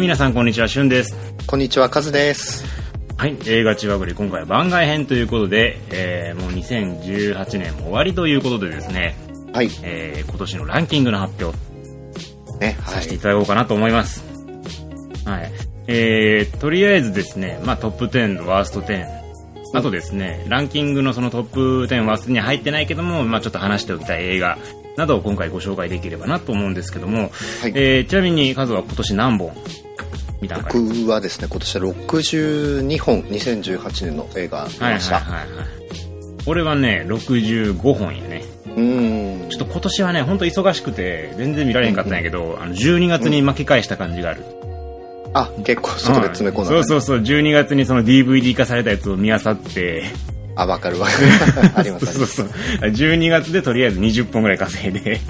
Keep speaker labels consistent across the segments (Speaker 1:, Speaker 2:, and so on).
Speaker 1: 皆さんこんにちはしゅんです
Speaker 2: こんにちは、カズです。
Speaker 1: はい映画ちわぐり今回は番外編ということで、えーもう2018年も終わりということでですね、
Speaker 2: はい。
Speaker 1: えー今年のランキングの発表
Speaker 2: ね、は
Speaker 1: させてい
Speaker 2: い。
Speaker 1: ただこうかなと思いますはい、えー、とりあえずですね、まあ、トップ10ワースト10あとですねランキングのそのトップ10ワーストには入ってないけども、まあ、ちょっと話しておきたい映画などを今回ご紹介できればなと思うんですけども、
Speaker 2: はい
Speaker 1: えーちなみにカズは今年何本見たんかい
Speaker 2: 僕はですね、今年は62本、2018年の映画見
Speaker 1: はい
Speaker 2: ま
Speaker 1: はい
Speaker 2: した。
Speaker 1: はいはい俺はね65本やね
Speaker 2: うーん。
Speaker 1: ちょっと今年はね本当忙しくて全然見られへんかったんやけど、あの12月に巻き返した感じがある、
Speaker 2: あ、結構そこで詰め込んだ、
Speaker 1: そうそうそう12月にその DVD 化されたやつを見あさって
Speaker 2: あ、わ かるわかる。ありま
Speaker 1: そう
Speaker 2: す、
Speaker 1: そ
Speaker 2: ね
Speaker 1: う。そう12月でとりあえず20本ぐらい稼いで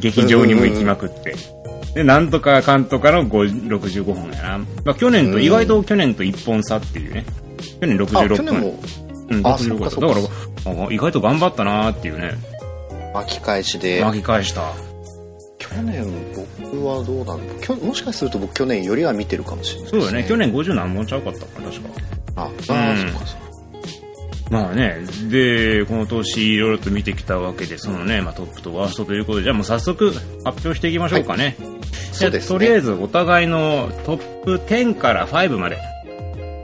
Speaker 1: 劇場にも行きまくってでなんとかかんとかの5 65本やな、まあ、去年と
Speaker 2: うん
Speaker 1: 意外と去年と1本差っていうね去年66
Speaker 2: あ、
Speaker 1: 本
Speaker 2: 去年も
Speaker 1: うん、
Speaker 2: あ
Speaker 1: 66本
Speaker 2: そっかそっ
Speaker 1: だからあ意外と頑張ったなーっていうね
Speaker 2: 巻き返しで、
Speaker 1: 巻き返した
Speaker 2: 去年僕はどうなんだきょもしかすると僕去年よりは見てるかもしれない
Speaker 1: そ
Speaker 2: で
Speaker 1: うだ
Speaker 2: す、
Speaker 1: よね去年50何本ちゃうかったか確か
Speaker 2: あ、あー
Speaker 1: うん
Speaker 2: そうかそうか。
Speaker 1: まあね、で、この年いろいろと見てきたわけで、そのね、まあ、トップとワーストということで、じゃあもう早速発表していきましょうかね。じ
Speaker 2: そ
Speaker 1: ゃ
Speaker 2: う
Speaker 1: あ
Speaker 2: です
Speaker 1: とりあえ
Speaker 2: ね。
Speaker 1: ずお互いのトップ10から5まで、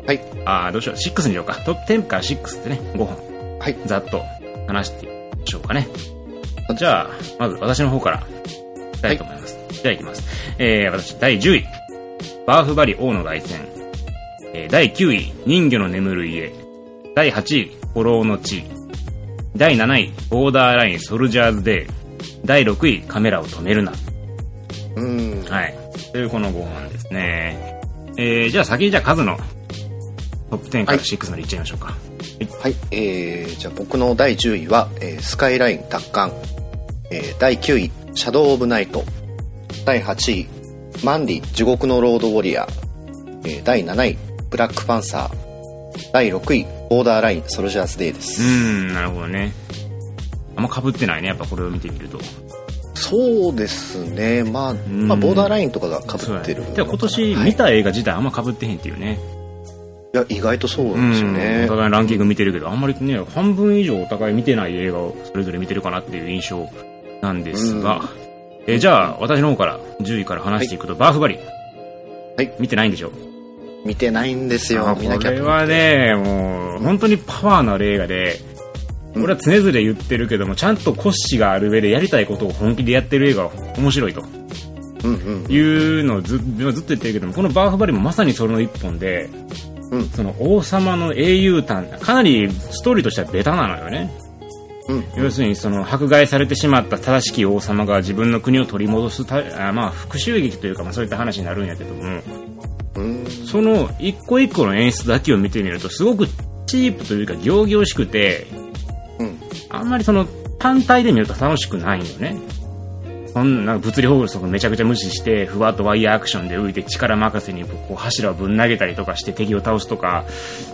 Speaker 2: はい。
Speaker 1: ああ、どうしよう、6にしようか。トップ10から6ってね、5本、
Speaker 2: はい。
Speaker 1: ざっと話していきましょうかね。じゃあ、まず私の方から、いきたいと思います。じゃあいきます。えー、私、第10位、バーフバリ王の凱旋。えー第9位、人魚の眠る家。第8位、古老の地。第7位、ボーダーラインソルジャーズデイ。第6位、カメラを止めるな。
Speaker 2: うーん。
Speaker 1: はい。というこの5本ですね。えー、じゃあ先にじゃあ数のトップ10から
Speaker 2: はい
Speaker 1: 6までいっちゃいましょうか。
Speaker 2: はい、えー、じゃあ僕の第10位は、えースカイライン奪還、えー第9位シャドウ・オブ・ナイト第8位マンディ地獄のロード・ウォリアー、えー第7位ブラック・パンサー第6位ボーダーラインソルジャーズ・デイで
Speaker 1: う
Speaker 2: す、
Speaker 1: ーん、なるほどね。あんま被ってないね、やっぱこれを見てみると。
Speaker 2: そうですねまあ、
Speaker 1: ん
Speaker 2: まあボーダーラインとかが被
Speaker 1: そう
Speaker 2: ってるのかな
Speaker 1: では今年
Speaker 2: はい
Speaker 1: 見た映画自体あんま被ってへんっていうね。
Speaker 2: いや意外とそうなんですよ
Speaker 1: うんお
Speaker 2: ね、
Speaker 1: 互いのランキング見てるけど、あんまりね、半分以上お互い見てない映画をそれぞれ見てるかなっていう印象なんですが、えーじゃあ、私の方から10位から話していくと、バーフバリ。
Speaker 2: はい
Speaker 1: 見てないんでしょ
Speaker 2: 見てないんですよ
Speaker 1: あ
Speaker 2: 見なきゃ
Speaker 1: これはね、もう、本当にパワーのある映画で、
Speaker 2: うん
Speaker 1: 俺は常々言ってるけども、ちゃんと骨子がある上でやりたいことを本気でやってる映画は面白いと
Speaker 2: うんうん
Speaker 1: いうのをずずっと言ってるけども、このバーフバリもまさにその一本で、
Speaker 2: うん
Speaker 1: その王様の英雄譚かなりストーリーとしてはベタなのよね。
Speaker 2: うん
Speaker 1: 要するにその迫害されてしまった正しき王様が自分の国を取り戻すたあまあ復讐劇というか、まあ、そういった話になるんやけども
Speaker 2: うん
Speaker 1: その一個一個の演出だけを見てみるとすごくチープというか仰々しくて
Speaker 2: うん
Speaker 1: あんまりその単体で見ると楽しくないよねそんな物理法則めちゃくちゃ無視してふわっとワイヤーアクションで浮いて力任せにこう柱をぶん投げたりとかして敵を倒すとか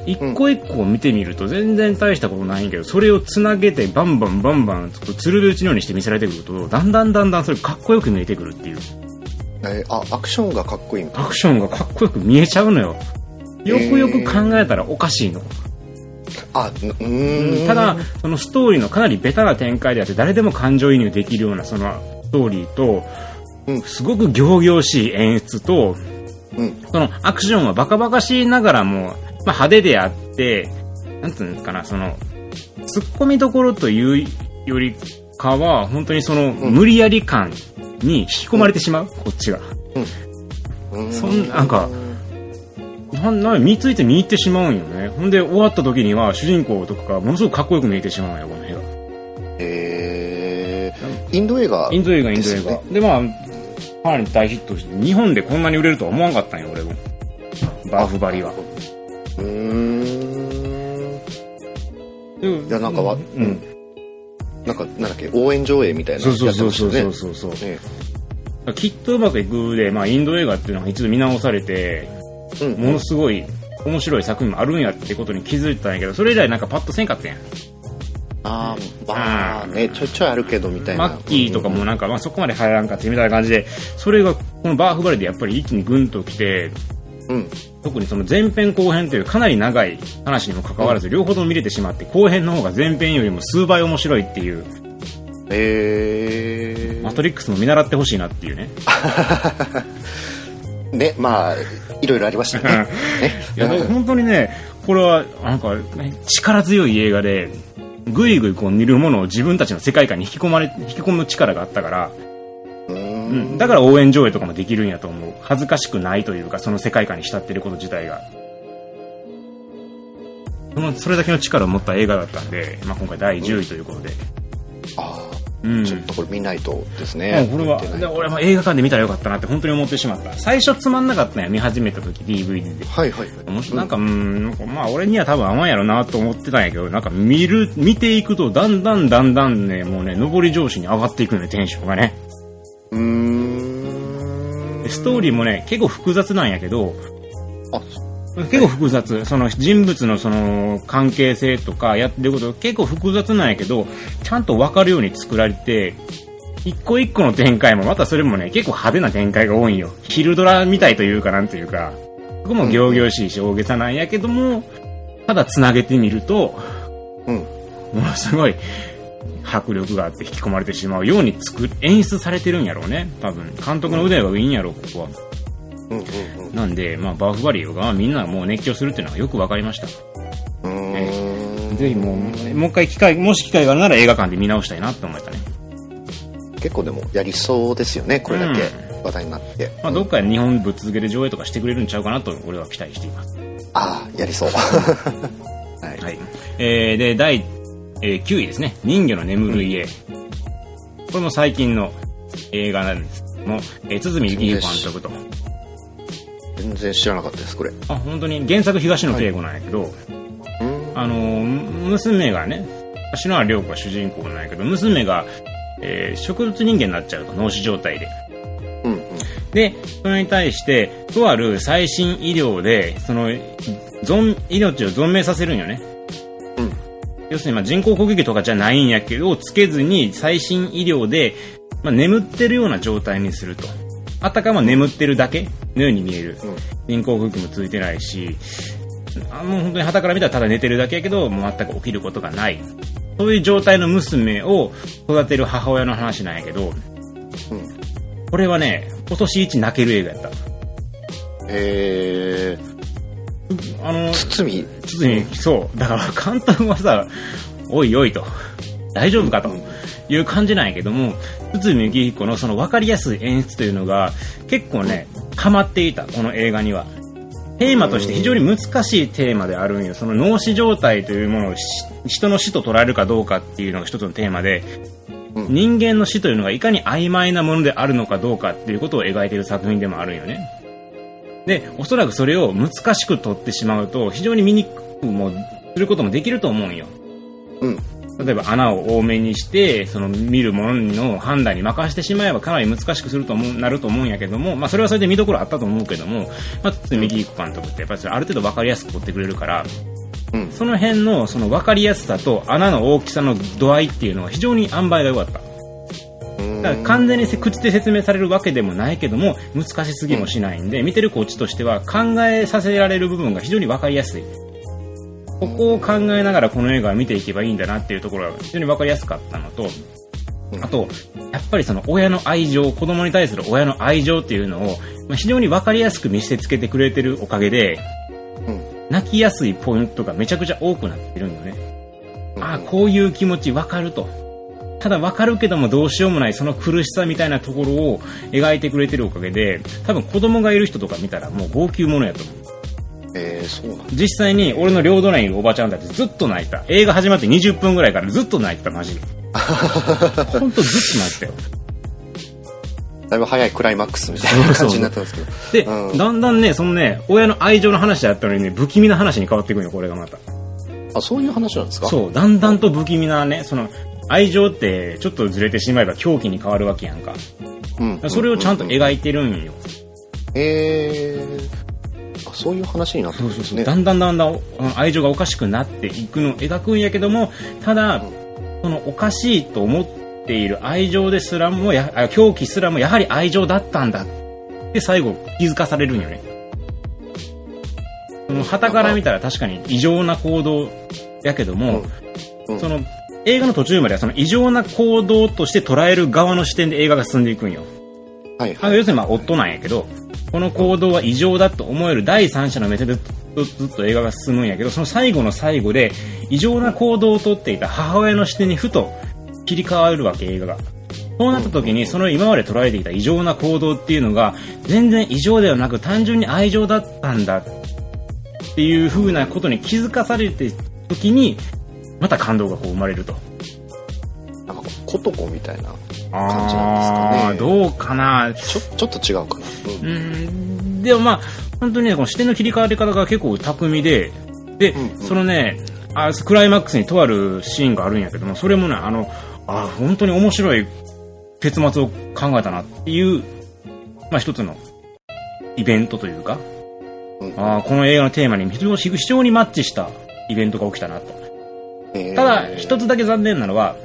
Speaker 1: 一個一個見てみると全然大したことないんやけどそれをつなげてバンバンバンバンつるべ打ちのようにして見せられてくるとだんだんだんだんそれかっこよく見えてくるっていう
Speaker 2: えーあアクションがかっこいいの
Speaker 1: アクションがかっこよく見えちゃうのよよくよく考えたらおかしいの、
Speaker 2: あうーん
Speaker 1: ただそのストーリーのかなりベタな展開であって誰でも感情移入できるようなそのストーリーと、
Speaker 2: うん
Speaker 1: すごく仰々しい演出と
Speaker 2: うん
Speaker 1: そのアクションはバカバカしいながらも、まあ、派手であってなんていうんですかなそのツッコミどころというよりかは本当にその
Speaker 2: ん
Speaker 1: 無理やり感に引き込まれてしまう、こっちがそんなんかなんなん見ついて見入ってしまうんよねほんで終わった時には主人公とかがものすごくかっこよく見えてしまうんよこの映画
Speaker 2: えー、インド映画
Speaker 1: インド映画イン
Speaker 2: で
Speaker 1: ド
Speaker 2: す
Speaker 1: 映
Speaker 2: よ
Speaker 1: 画
Speaker 2: ね
Speaker 1: で,、まあかなり大ヒットして日本でこんなに売れるとは思わんかったんよ俺もバーフバリは
Speaker 2: うーんい
Speaker 1: い
Speaker 2: やなんかわ、う
Speaker 1: うんん、
Speaker 2: なんかなんだっけ応援上映みたいな
Speaker 1: そうそうそうそう
Speaker 2: やって
Speaker 1: そ
Speaker 2: ま
Speaker 1: う
Speaker 2: し
Speaker 1: そうそう、
Speaker 2: たよね
Speaker 1: きっとうまくいくで、まあ、インド映画っていうのは一度見直されて
Speaker 2: うん
Speaker 1: ものすごい面白い作品もあるんやってことに気づいたんやけどそれ以来なんかパッとせんかったんや
Speaker 2: あーまあねちょいちょいあるけどみたいな
Speaker 1: マッキーとかもなんか、まあ、そこまで入らんかってみたいな感じでそれがこのバーフバリでやっぱり一気にグンと来て、
Speaker 2: うん
Speaker 1: 特にその前編後編というかなり長い話にもかかわらず両方とも見れてしまって後編の方が前編よりも数倍面白いっていう
Speaker 2: え
Speaker 1: マトリックスも見習ってほしいなっていうね
Speaker 2: ー、ねまあいろいろありましたね
Speaker 1: いやでも本当にねこれはなんかね力強い映画でぐいぐいこう見るものを自分たちの世界観に引き込まれ引き込む力があったから、
Speaker 2: う
Speaker 1: う
Speaker 2: ー
Speaker 1: んん、だから応援上映とかもできるんやと思う恥ずかしくないというかその世界観に浸ってること自体がそのそれだけの力を持った映画だったんで、まあ、今回第10位ということで、
Speaker 2: あ
Speaker 1: うん
Speaker 2: あちょっとこれ見ないとです
Speaker 1: も
Speaker 2: ね
Speaker 1: う、これは
Speaker 2: 見てない
Speaker 1: で俺は映画館で見たらよかったなって本当に思ってしまった最初つまんなかったんや見始めた時 DVD で
Speaker 2: はいはいはい
Speaker 1: もしなんか、うん、なんかまあ俺には多分甘いやろなと思ってたんやけど、なんか見る、見ていくとだんだんだんだんね、もうね、上り上司に上がっていくのね、テンションがね。
Speaker 2: うーん
Speaker 1: でストーリーもね、結構複雑なんやけど、
Speaker 2: あ
Speaker 1: 結構複雑。その人物のその関係性とかやってること結構複雑なんやけど、ちゃんとわかるように作られて、一個一個の展開も、またそれもね、結構派手な展開が多いんよ。ヒルドラみたいというか、なんというか、ここも行々しいし大げさなんやけども、ただ繋げてみると、
Speaker 2: うん
Speaker 1: ものすごい迫力があって引き込まれてしまうように作る演出されてるんやろうね多分監督の腕がいいんやろうここは
Speaker 2: うんうん
Speaker 1: なんで、まあ、バーフバリーがみんなもう熱狂するっていうのはよく分かりましたぜ
Speaker 2: うんうーん
Speaker 1: ひもうもう一回機会もし機会があるなら映画館で見直したいなって思ったね、
Speaker 2: 結構でもやりそうですよねこれだけ話題になって、
Speaker 1: まあ、どっかで日本ぶっ続けて上映とかしてくれるんちゃうかなと俺は期待しています
Speaker 2: ああやりそう はい
Speaker 1: はいえー、で第、えー9位ですね「人魚の眠る家」これも最近の映画なんですけども、えー、堤幸彦監督と
Speaker 2: 全然知らなかったですこれ
Speaker 1: あ本当に原作東野圭吾なんやけど、
Speaker 2: うん
Speaker 1: あのむ娘がね篠原涼子が主人公なんやけど娘が、えー植物人間になっちゃうと脳死状態で
Speaker 2: うんうん
Speaker 1: でそれに対してとある最新医療でその存命を存命させるんよね、
Speaker 2: うん
Speaker 1: 要するにまあ人工呼吸器とかじゃないんやけどつけずに最新医療で、まあ、眠ってるような状態にするとあたかも眠ってるだけのように見える、
Speaker 2: うん
Speaker 1: 人工呼吸器もついてないしあもう本当に旗から見たらただ寝てるだけやけどもう全く起きることがないそういう状態の娘を育てる母親の話なんやけど
Speaker 2: うん
Speaker 1: これはね今年一泣ける映画やった
Speaker 2: え
Speaker 1: あの
Speaker 2: ー、堤
Speaker 1: 堤そうだから監督はさおいおいと大丈夫かという感じなんやけども堤幸彦のその分かりやすい演出というのが結構ねハマっていたこの映画にはテーマとして非常に難しいテーマであるんよその脳死状態というものをし人の死と捉えるかどうかっていうのが一つのテーマで
Speaker 2: うん
Speaker 1: 人間の死というのがいかに曖昧なものであるのかどうかっていうことを描いている作品でもあるんよねでおそらくそれを難しく取ってしまうと非常に見にくくもすることもできると思うんよ
Speaker 2: うん
Speaker 1: 例えば穴を多めにしてその見るものの判断に任せてしまえばかなり難しくすると思うなると思うんやけども、まあ、それはそれで見どころあったと思うけども、まあ、堤幸彦監督ってやっぱりそれある程度分かりやすく撮ってくれるから、
Speaker 2: うん
Speaker 1: その辺のその分かりやすさと穴の大きさの度合いっていうのは非常に塩梅が良かった
Speaker 2: うん
Speaker 1: だから完全に口で説明されるわけでもないけども難しすぎもしないんで、見てるこっちとしては考えさせられる部分が非常に分かりやすいここを考えながらこの映画を見ていけばいいんだなっていうところが非常に分かりやすかったのと
Speaker 2: うん
Speaker 1: あとやっぱりその親の愛情子供に対する親の愛情っていうのをまあ非常に分かりやすく見せつけてくれてるおかげで
Speaker 2: うん
Speaker 1: 泣きやすいポイントがめちゃくちゃ多くなってるんよねああこういう気持ちわかるとただわかるけどもどうしようもないその苦しさみたいなところを描いてくれてるおかげで多分子供がいる人とか見たらもう号泣ものやと思う
Speaker 2: えー、そうなん
Speaker 1: 実際に俺の両隣にいるおばちゃんたちずっと泣いてた映画始まって20分ぐらいからずっと泣いてたマジでほんとずっと泣いてたよ
Speaker 2: だいぶ早いクライマックスみたいな感じになったんですけ
Speaker 1: で、
Speaker 2: どうん
Speaker 1: だんだんねそのね親の愛情の話だったのにね不気味な話に変わっていくのよこれがまた
Speaker 2: あそういう話なんですか
Speaker 1: そうだんだんと不気味なねその愛情ってちょっとずれてしまえば狂気に変わるわけやんか
Speaker 2: う、ん、
Speaker 1: それをちゃんと
Speaker 2: うう
Speaker 1: 描いてるんよ、
Speaker 2: えー、あそういう話になったんですね
Speaker 1: だんだんだんだんあの愛情がおかしくなっていくのを描くんやけどもただそのおかしいと思っている愛情ですらもやあ狂気すらもやはり愛情だったんだっで、最後、気づかされるんよね。その、旗から見たら確かに異常な行動やけども、
Speaker 2: うんうん
Speaker 1: その、映画の途中まではその異常な行動として捉える側の視点で映画が進んでいくんよ。
Speaker 2: はい
Speaker 1: あ
Speaker 2: は
Speaker 1: の
Speaker 2: い。
Speaker 1: 要するにまあ夫なんやけど、この行動は異常だと思える第三者の目線でずっとずっと映画が進むんやけど、その最後の最後で異常な行動をとっていた母親の視点にふと切り替わるわけ、映画が。そうなった時に、その今まで捉えていた異常な行動っていうのが、全然異常ではなく単純に愛情だったんだっていう風なことに気づかされて時に、また感動がこう生まれると。
Speaker 2: なんか、コトコみたいな。
Speaker 1: 感
Speaker 2: じなんですかね
Speaker 1: どうかな
Speaker 2: ちょ、ちょっと違うかな。
Speaker 1: うーんでもまあ本当にねこの視点の切り替わり方が結構巧みでで、
Speaker 2: うんうん
Speaker 1: そのねあクライマックスにとあるシーンがあるんやけどもそれもねあのあ本当に面白い結末を考えたなっていう、まあ、一つのイベントというか、
Speaker 2: うん
Speaker 1: あーこの映画のテーマに非常に非常にマッチしたイベントが起きたなと
Speaker 2: えー
Speaker 1: ただ一つだけ残念なのは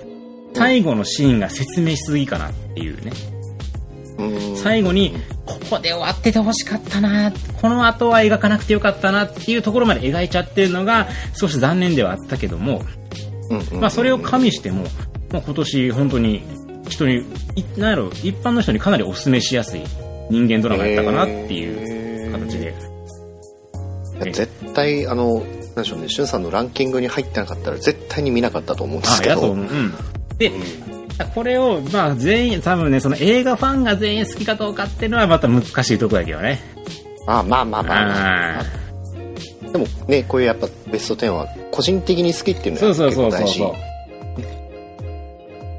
Speaker 1: 最後のシーンが説明しすぎかなっていうね
Speaker 2: うん
Speaker 1: 最後にここで終わっててほしかったなこの後は描かなくてよかったなっていうところまで描いちゃってるのが少し残念ではあったけども、
Speaker 2: うんうん
Speaker 1: まあ、それを加味しても、まあ、今年本当に人にいなんやろ一般の人にかなりお勧めしやすい人間ドラマやったかなっていう
Speaker 2: えー
Speaker 1: 形で、
Speaker 2: いや絶対、あの、なんでしょうね、しゅんさんのランキングに入ってなかったら絶対に見なかったと思うんです
Speaker 1: あ
Speaker 2: け
Speaker 1: やと
Speaker 2: ど。
Speaker 1: 思う、うん、でこれをまあ全員多分ねその映画ファンが全員好きかどうかっていうのはまた難しいところやけどね
Speaker 2: あまあまあまあまあ
Speaker 1: あ
Speaker 2: でもね、こういうやっぱベスト10は個人的に好きっていうの
Speaker 1: そう
Speaker 2: は
Speaker 1: そう
Speaker 2: 結
Speaker 1: そ
Speaker 2: 構
Speaker 1: うそう
Speaker 2: 大事。
Speaker 1: そう。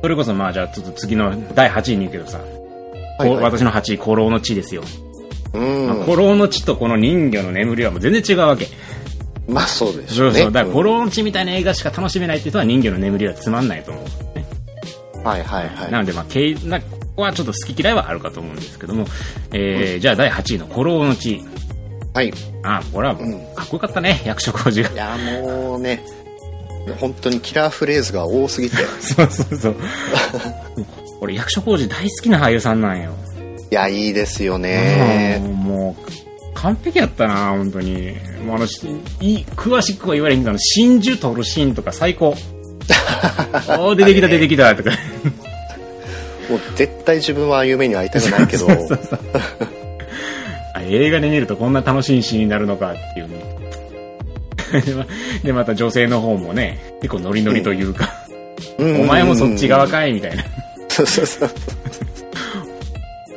Speaker 1: それこそまあじゃあちょっと次の第8位に行くけどさ、
Speaker 2: はいはい
Speaker 1: こう私の8位、古老の地ですよ。
Speaker 2: うん。
Speaker 1: まあ、古老の地とこの人魚の眠りはもう全然違うわけ。
Speaker 2: まあそうでし
Speaker 1: そ
Speaker 2: ょう
Speaker 1: う
Speaker 2: ね。
Speaker 1: そう。だから古老の地みたいな映画しか楽しめないって人は人魚の眠りはつまんないと思う。
Speaker 2: うんはいはいはい。
Speaker 1: なのでまあ、けいなここはちょっと好き嫌いはあるかと思うんですけども、えーじゃあ第8位の古老の地。
Speaker 2: はい。い
Speaker 1: あー、これはもうかっこよかったね、役所工事が。
Speaker 2: や、もうね、本当にキラーフレーズが多す ぎて。い
Speaker 1: そうそう そう。俺役所工事大好きな俳優さんなんよ。
Speaker 2: や、いいですよね。
Speaker 1: うんもう完璧やったな本当にもうあのしい詳しくは言われへんけど真珠取るシーンとか最 高おー出てきた出てきたとか
Speaker 2: もう絶対自分は夢には会いたくない けど。
Speaker 1: あ映画で見るとこんな楽しいシーンになるのかっていうね でまでまた女性の方もね結構ノリノリというか、
Speaker 2: うん
Speaker 1: お前もそっち側。かいみたいな
Speaker 2: そうそうそう。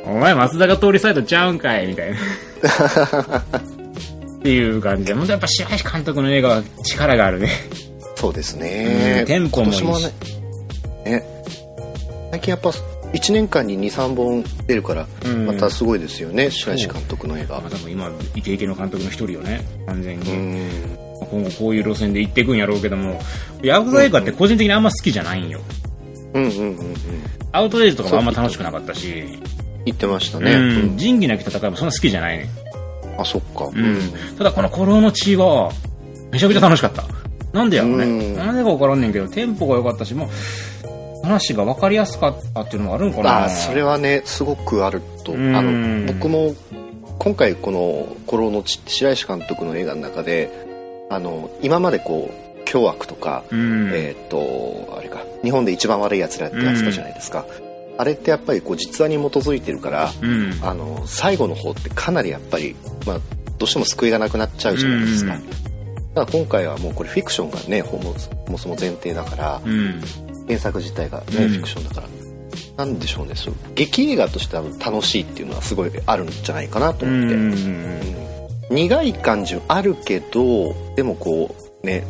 Speaker 1: お前松坂通りサイドちゃうんかいみ たいなっていう感じで本当やっぱ白石監督の映画は力があるね
Speaker 2: そうですね
Speaker 1: う。んテンポもいいし
Speaker 2: 今年ねね。最近やっぱ1年間に2、3本出るから、
Speaker 1: ん
Speaker 2: またすごいですよね、白石監督の映画
Speaker 1: まあ、。多分今イケイケの監督の一人よね完全
Speaker 2: う
Speaker 1: に、
Speaker 2: ん。
Speaker 1: 今後こういう路線で行っていくんやろうけどもヤクザ映画って個人的にあんま好きじゃないんよ
Speaker 2: うんうんうんうん。
Speaker 1: アウトレイジとかもあんま楽しくなかったし、
Speaker 2: 言ってました
Speaker 1: う
Speaker 2: ね。
Speaker 1: ん、仁義なき戦いもそんな好きじゃないね、
Speaker 2: あ、そっか。う
Speaker 1: うん。ただこの「古老の血」はめちゃくちゃ楽しかったなんでやろうね、
Speaker 2: うん
Speaker 1: なんでか分からんねんけどテンポが良かったしもう話が分かりやすかったっていうのもあるんかな
Speaker 2: あそれはねすごくあるとあ
Speaker 1: うん
Speaker 2: の僕も今回この「古老の地」って白石監督の映画の中であの今までこう凶悪とか、
Speaker 1: うん、
Speaker 2: えっ、とあれか日本で一番悪いやつらってやつだじゃないですか、あれってやっぱりこう実話に基づいてるから
Speaker 1: うん
Speaker 2: あの最後の方ってかなりやっぱり、まあ、どうしても救いがなくなっちゃうじゃないですか、
Speaker 1: うん
Speaker 2: だから今回はもうこれフィクションがねほぼそもそも前提だから、
Speaker 1: うん
Speaker 2: 原作自体がね、
Speaker 1: うん
Speaker 2: フィクションだからなんでしょうねそう劇映画としては楽しいっていうのはすごいあるんじゃないかなと
Speaker 1: う
Speaker 2: 思って、うん
Speaker 1: ん
Speaker 2: 苦い感じはあるけどでもこうね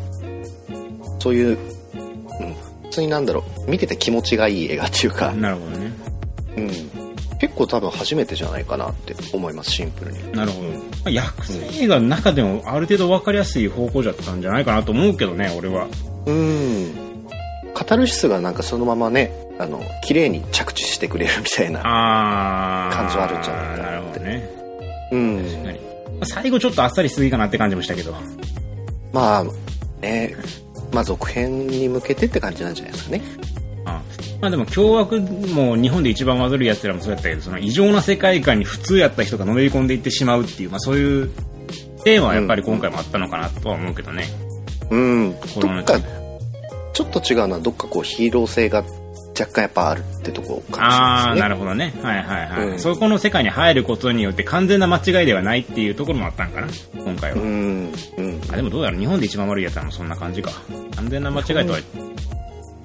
Speaker 2: そういう、うん、普通になんだろう見てて気持ちがいい映画っていうか、
Speaker 1: なるほどね
Speaker 2: うん、結構多分初めてじゃないかなって思いますシンプルに
Speaker 1: なるほど。まあ、薬剤映画の中でもある程度分かりやすい方向じゃったんじゃないかなと思うけどね、俺は。
Speaker 2: うんカタルシスがなんかそのままねあの綺麗に着地してくれるみたいな
Speaker 1: あー。
Speaker 2: 感じはあるんじゃないか
Speaker 1: な
Speaker 2: な
Speaker 1: る
Speaker 2: っ
Speaker 1: ほ
Speaker 2: て
Speaker 1: どね。
Speaker 2: うん
Speaker 1: 確かに最後ちょっとあっさりしすぎかなって感じもしたけど。
Speaker 2: まあねまあ続編に向けてって感じなんじゃないですかね
Speaker 1: あまあでも凶悪も日本で一番混ざるやつらもそうやったけどその異常な世界観に普通やった人がのめり込んでいってしまうっていう、まあ、そういうテーマはやっぱり今回もあったのかなとは思うけどね、
Speaker 2: うん、ど
Speaker 1: この
Speaker 2: っ
Speaker 1: 中
Speaker 2: か
Speaker 1: に
Speaker 2: ちょっと違うのはどっかこうヒーロー性が若干やっぱあるってとこかもしれ
Speaker 1: あ
Speaker 2: な
Speaker 1: あ
Speaker 2: いです
Speaker 1: なる
Speaker 2: ね
Speaker 1: ほどねはいはいはい、
Speaker 2: うん
Speaker 1: そこの世界に入ることによって完全な間違いではないっていうところもあったんかな今回は、
Speaker 2: うんうん
Speaker 1: あでもどうやら日本で一番悪いやつはもうそんな感じか完全な間違いとは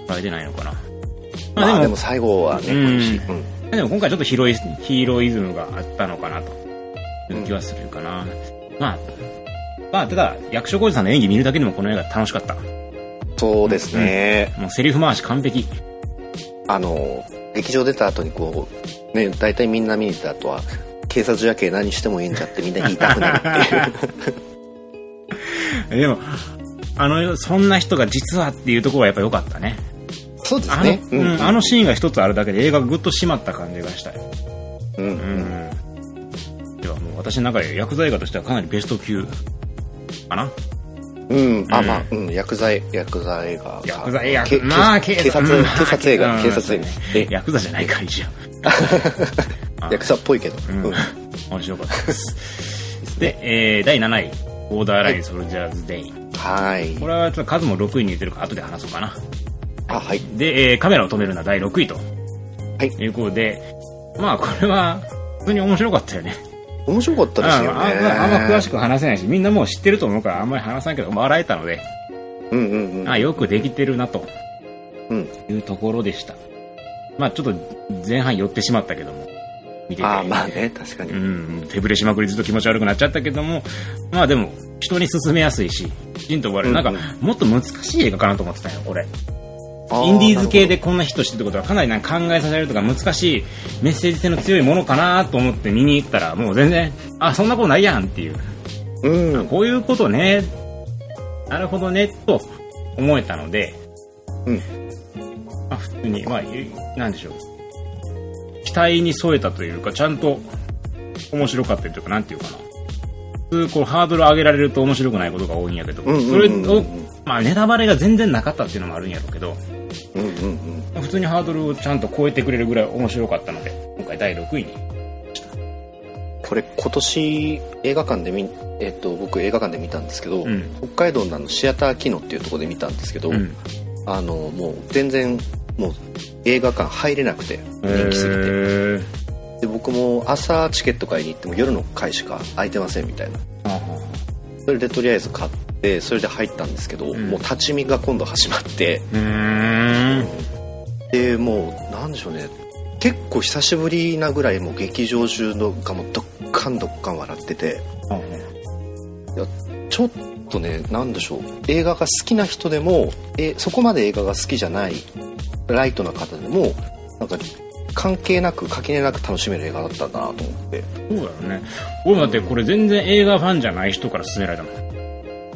Speaker 1: 書いてないのかなまあ
Speaker 2: まあ
Speaker 1: で
Speaker 2: で
Speaker 1: も
Speaker 2: も最後はね
Speaker 1: うん
Speaker 2: 苦しいうん
Speaker 1: でも今回ちょっとヒーロイズヒーロイズムがあったのかなという気はするかな、まあまあただ役所広司さんの演技見るだけでもこの映画楽しかったも
Speaker 2: そうですね、
Speaker 1: うセリフ回し完璧
Speaker 2: あの劇場出た後にこうね大体みんな見に行った後は警察じゃけえ何してもいいんじゃってみんな言いたくな るっていう
Speaker 1: でもあのそんな人が実はっていうところはやっぱ良かったね
Speaker 2: そうです
Speaker 1: あの
Speaker 2: ねう
Speaker 1: うんんあのシーンが一つあるだけで映画がぐっと締まった感じがしたよ
Speaker 2: うんうん
Speaker 1: うんではもう私の中で薬剤映画としてはかなりベスト級かな
Speaker 2: うん、あ、まあ、うん、薬剤、薬剤映画。
Speaker 1: 薬剤映
Speaker 2: け
Speaker 1: 画まあ
Speaker 2: け
Speaker 1: 警
Speaker 2: 警察、
Speaker 1: うん
Speaker 2: 警察映
Speaker 1: う
Speaker 2: 画、
Speaker 1: ん
Speaker 2: 警察映画。え、
Speaker 1: ヤクザじゃないかいいじゃん
Speaker 2: ヤクザっぽいけど。うん。
Speaker 1: 面白かったですで、えー第7位「ボーダーライン・ソルジャーズ・デイ」
Speaker 2: はい
Speaker 1: こ。れはちょっと数も6位に出てるから後で話そうかな
Speaker 2: あ、はい。
Speaker 1: で、えーカメラを止めるな第6位と、
Speaker 2: い
Speaker 1: いうことでまあこれは普通に面白かったよね
Speaker 2: 面白かったですよね。
Speaker 1: あああんま詳しく話せないしみんなもう知ってると思うからあんまり話さんけど笑えたので、
Speaker 2: うんうんうん。
Speaker 1: あよくできてるなと
Speaker 2: うん。
Speaker 1: いうところでしたまあちょっと前半寄ってしまったけども見てて
Speaker 2: あ、まあね、確かに
Speaker 1: う。ん、手ぶれしまくりずっと気持ち悪くなっちゃったけどもまあでも人に勧めやすいしきちんと終わる、
Speaker 2: うんうん
Speaker 1: なんかもっと難しい映画かなと思ってたよこれ
Speaker 2: あ
Speaker 1: インディーズ系。でこんなヒットしてるってことはかなりなんか考えさせるとか難しいメッセージ性の強いものかなと思って見に行ったらもう全然あそんなことないやんっていう
Speaker 2: なるほどうん。
Speaker 1: こういうことねなるほどねと思えたので、
Speaker 2: うん
Speaker 1: まあ、普通にまあゆなんでしょう期待に添えたというかちゃんと面白かったというかなんていうかな普通こうハードル上げられると面白くないことが多いんやけど、
Speaker 2: んうんうん
Speaker 1: それを、まあ、ネタバレが全然なかったっていうのもあるんやろうけど
Speaker 2: うんうんうん。
Speaker 1: 普通にハードルをちゃんと超えてくれるぐらい面白かったので今回第6位に
Speaker 2: これ今年映画館で見、えっと、僕映画館で見たんですけど
Speaker 1: うん、
Speaker 2: 北海道のあのシアター機能っていうところで見たんですけど
Speaker 1: う、ん
Speaker 2: あの、もう全然、もう映画館入れなくて、人気すぎて。
Speaker 1: へー
Speaker 2: で僕も朝チケット買いに行っても夜の回しか空いてませんみたいな
Speaker 1: はあはあ
Speaker 2: それでとりあえず買ってそれで入ったんですけど、
Speaker 1: ん
Speaker 2: もう立ち見が今度始まって
Speaker 1: うーん
Speaker 2: でもうなんでしょうね結構久しぶりなぐらいもう劇場中のがもうドッカンドッカン笑ってて
Speaker 1: はあはあ
Speaker 2: ちょっとねなんでしょう映画が好きな人でもえそこまで映画が好きじゃないライトな方でもなんか関係なく垣根なく楽しめる映画だったんだなと思って
Speaker 1: そうだよね俺もだってこれ全然映画ファンじゃない人から勧められたも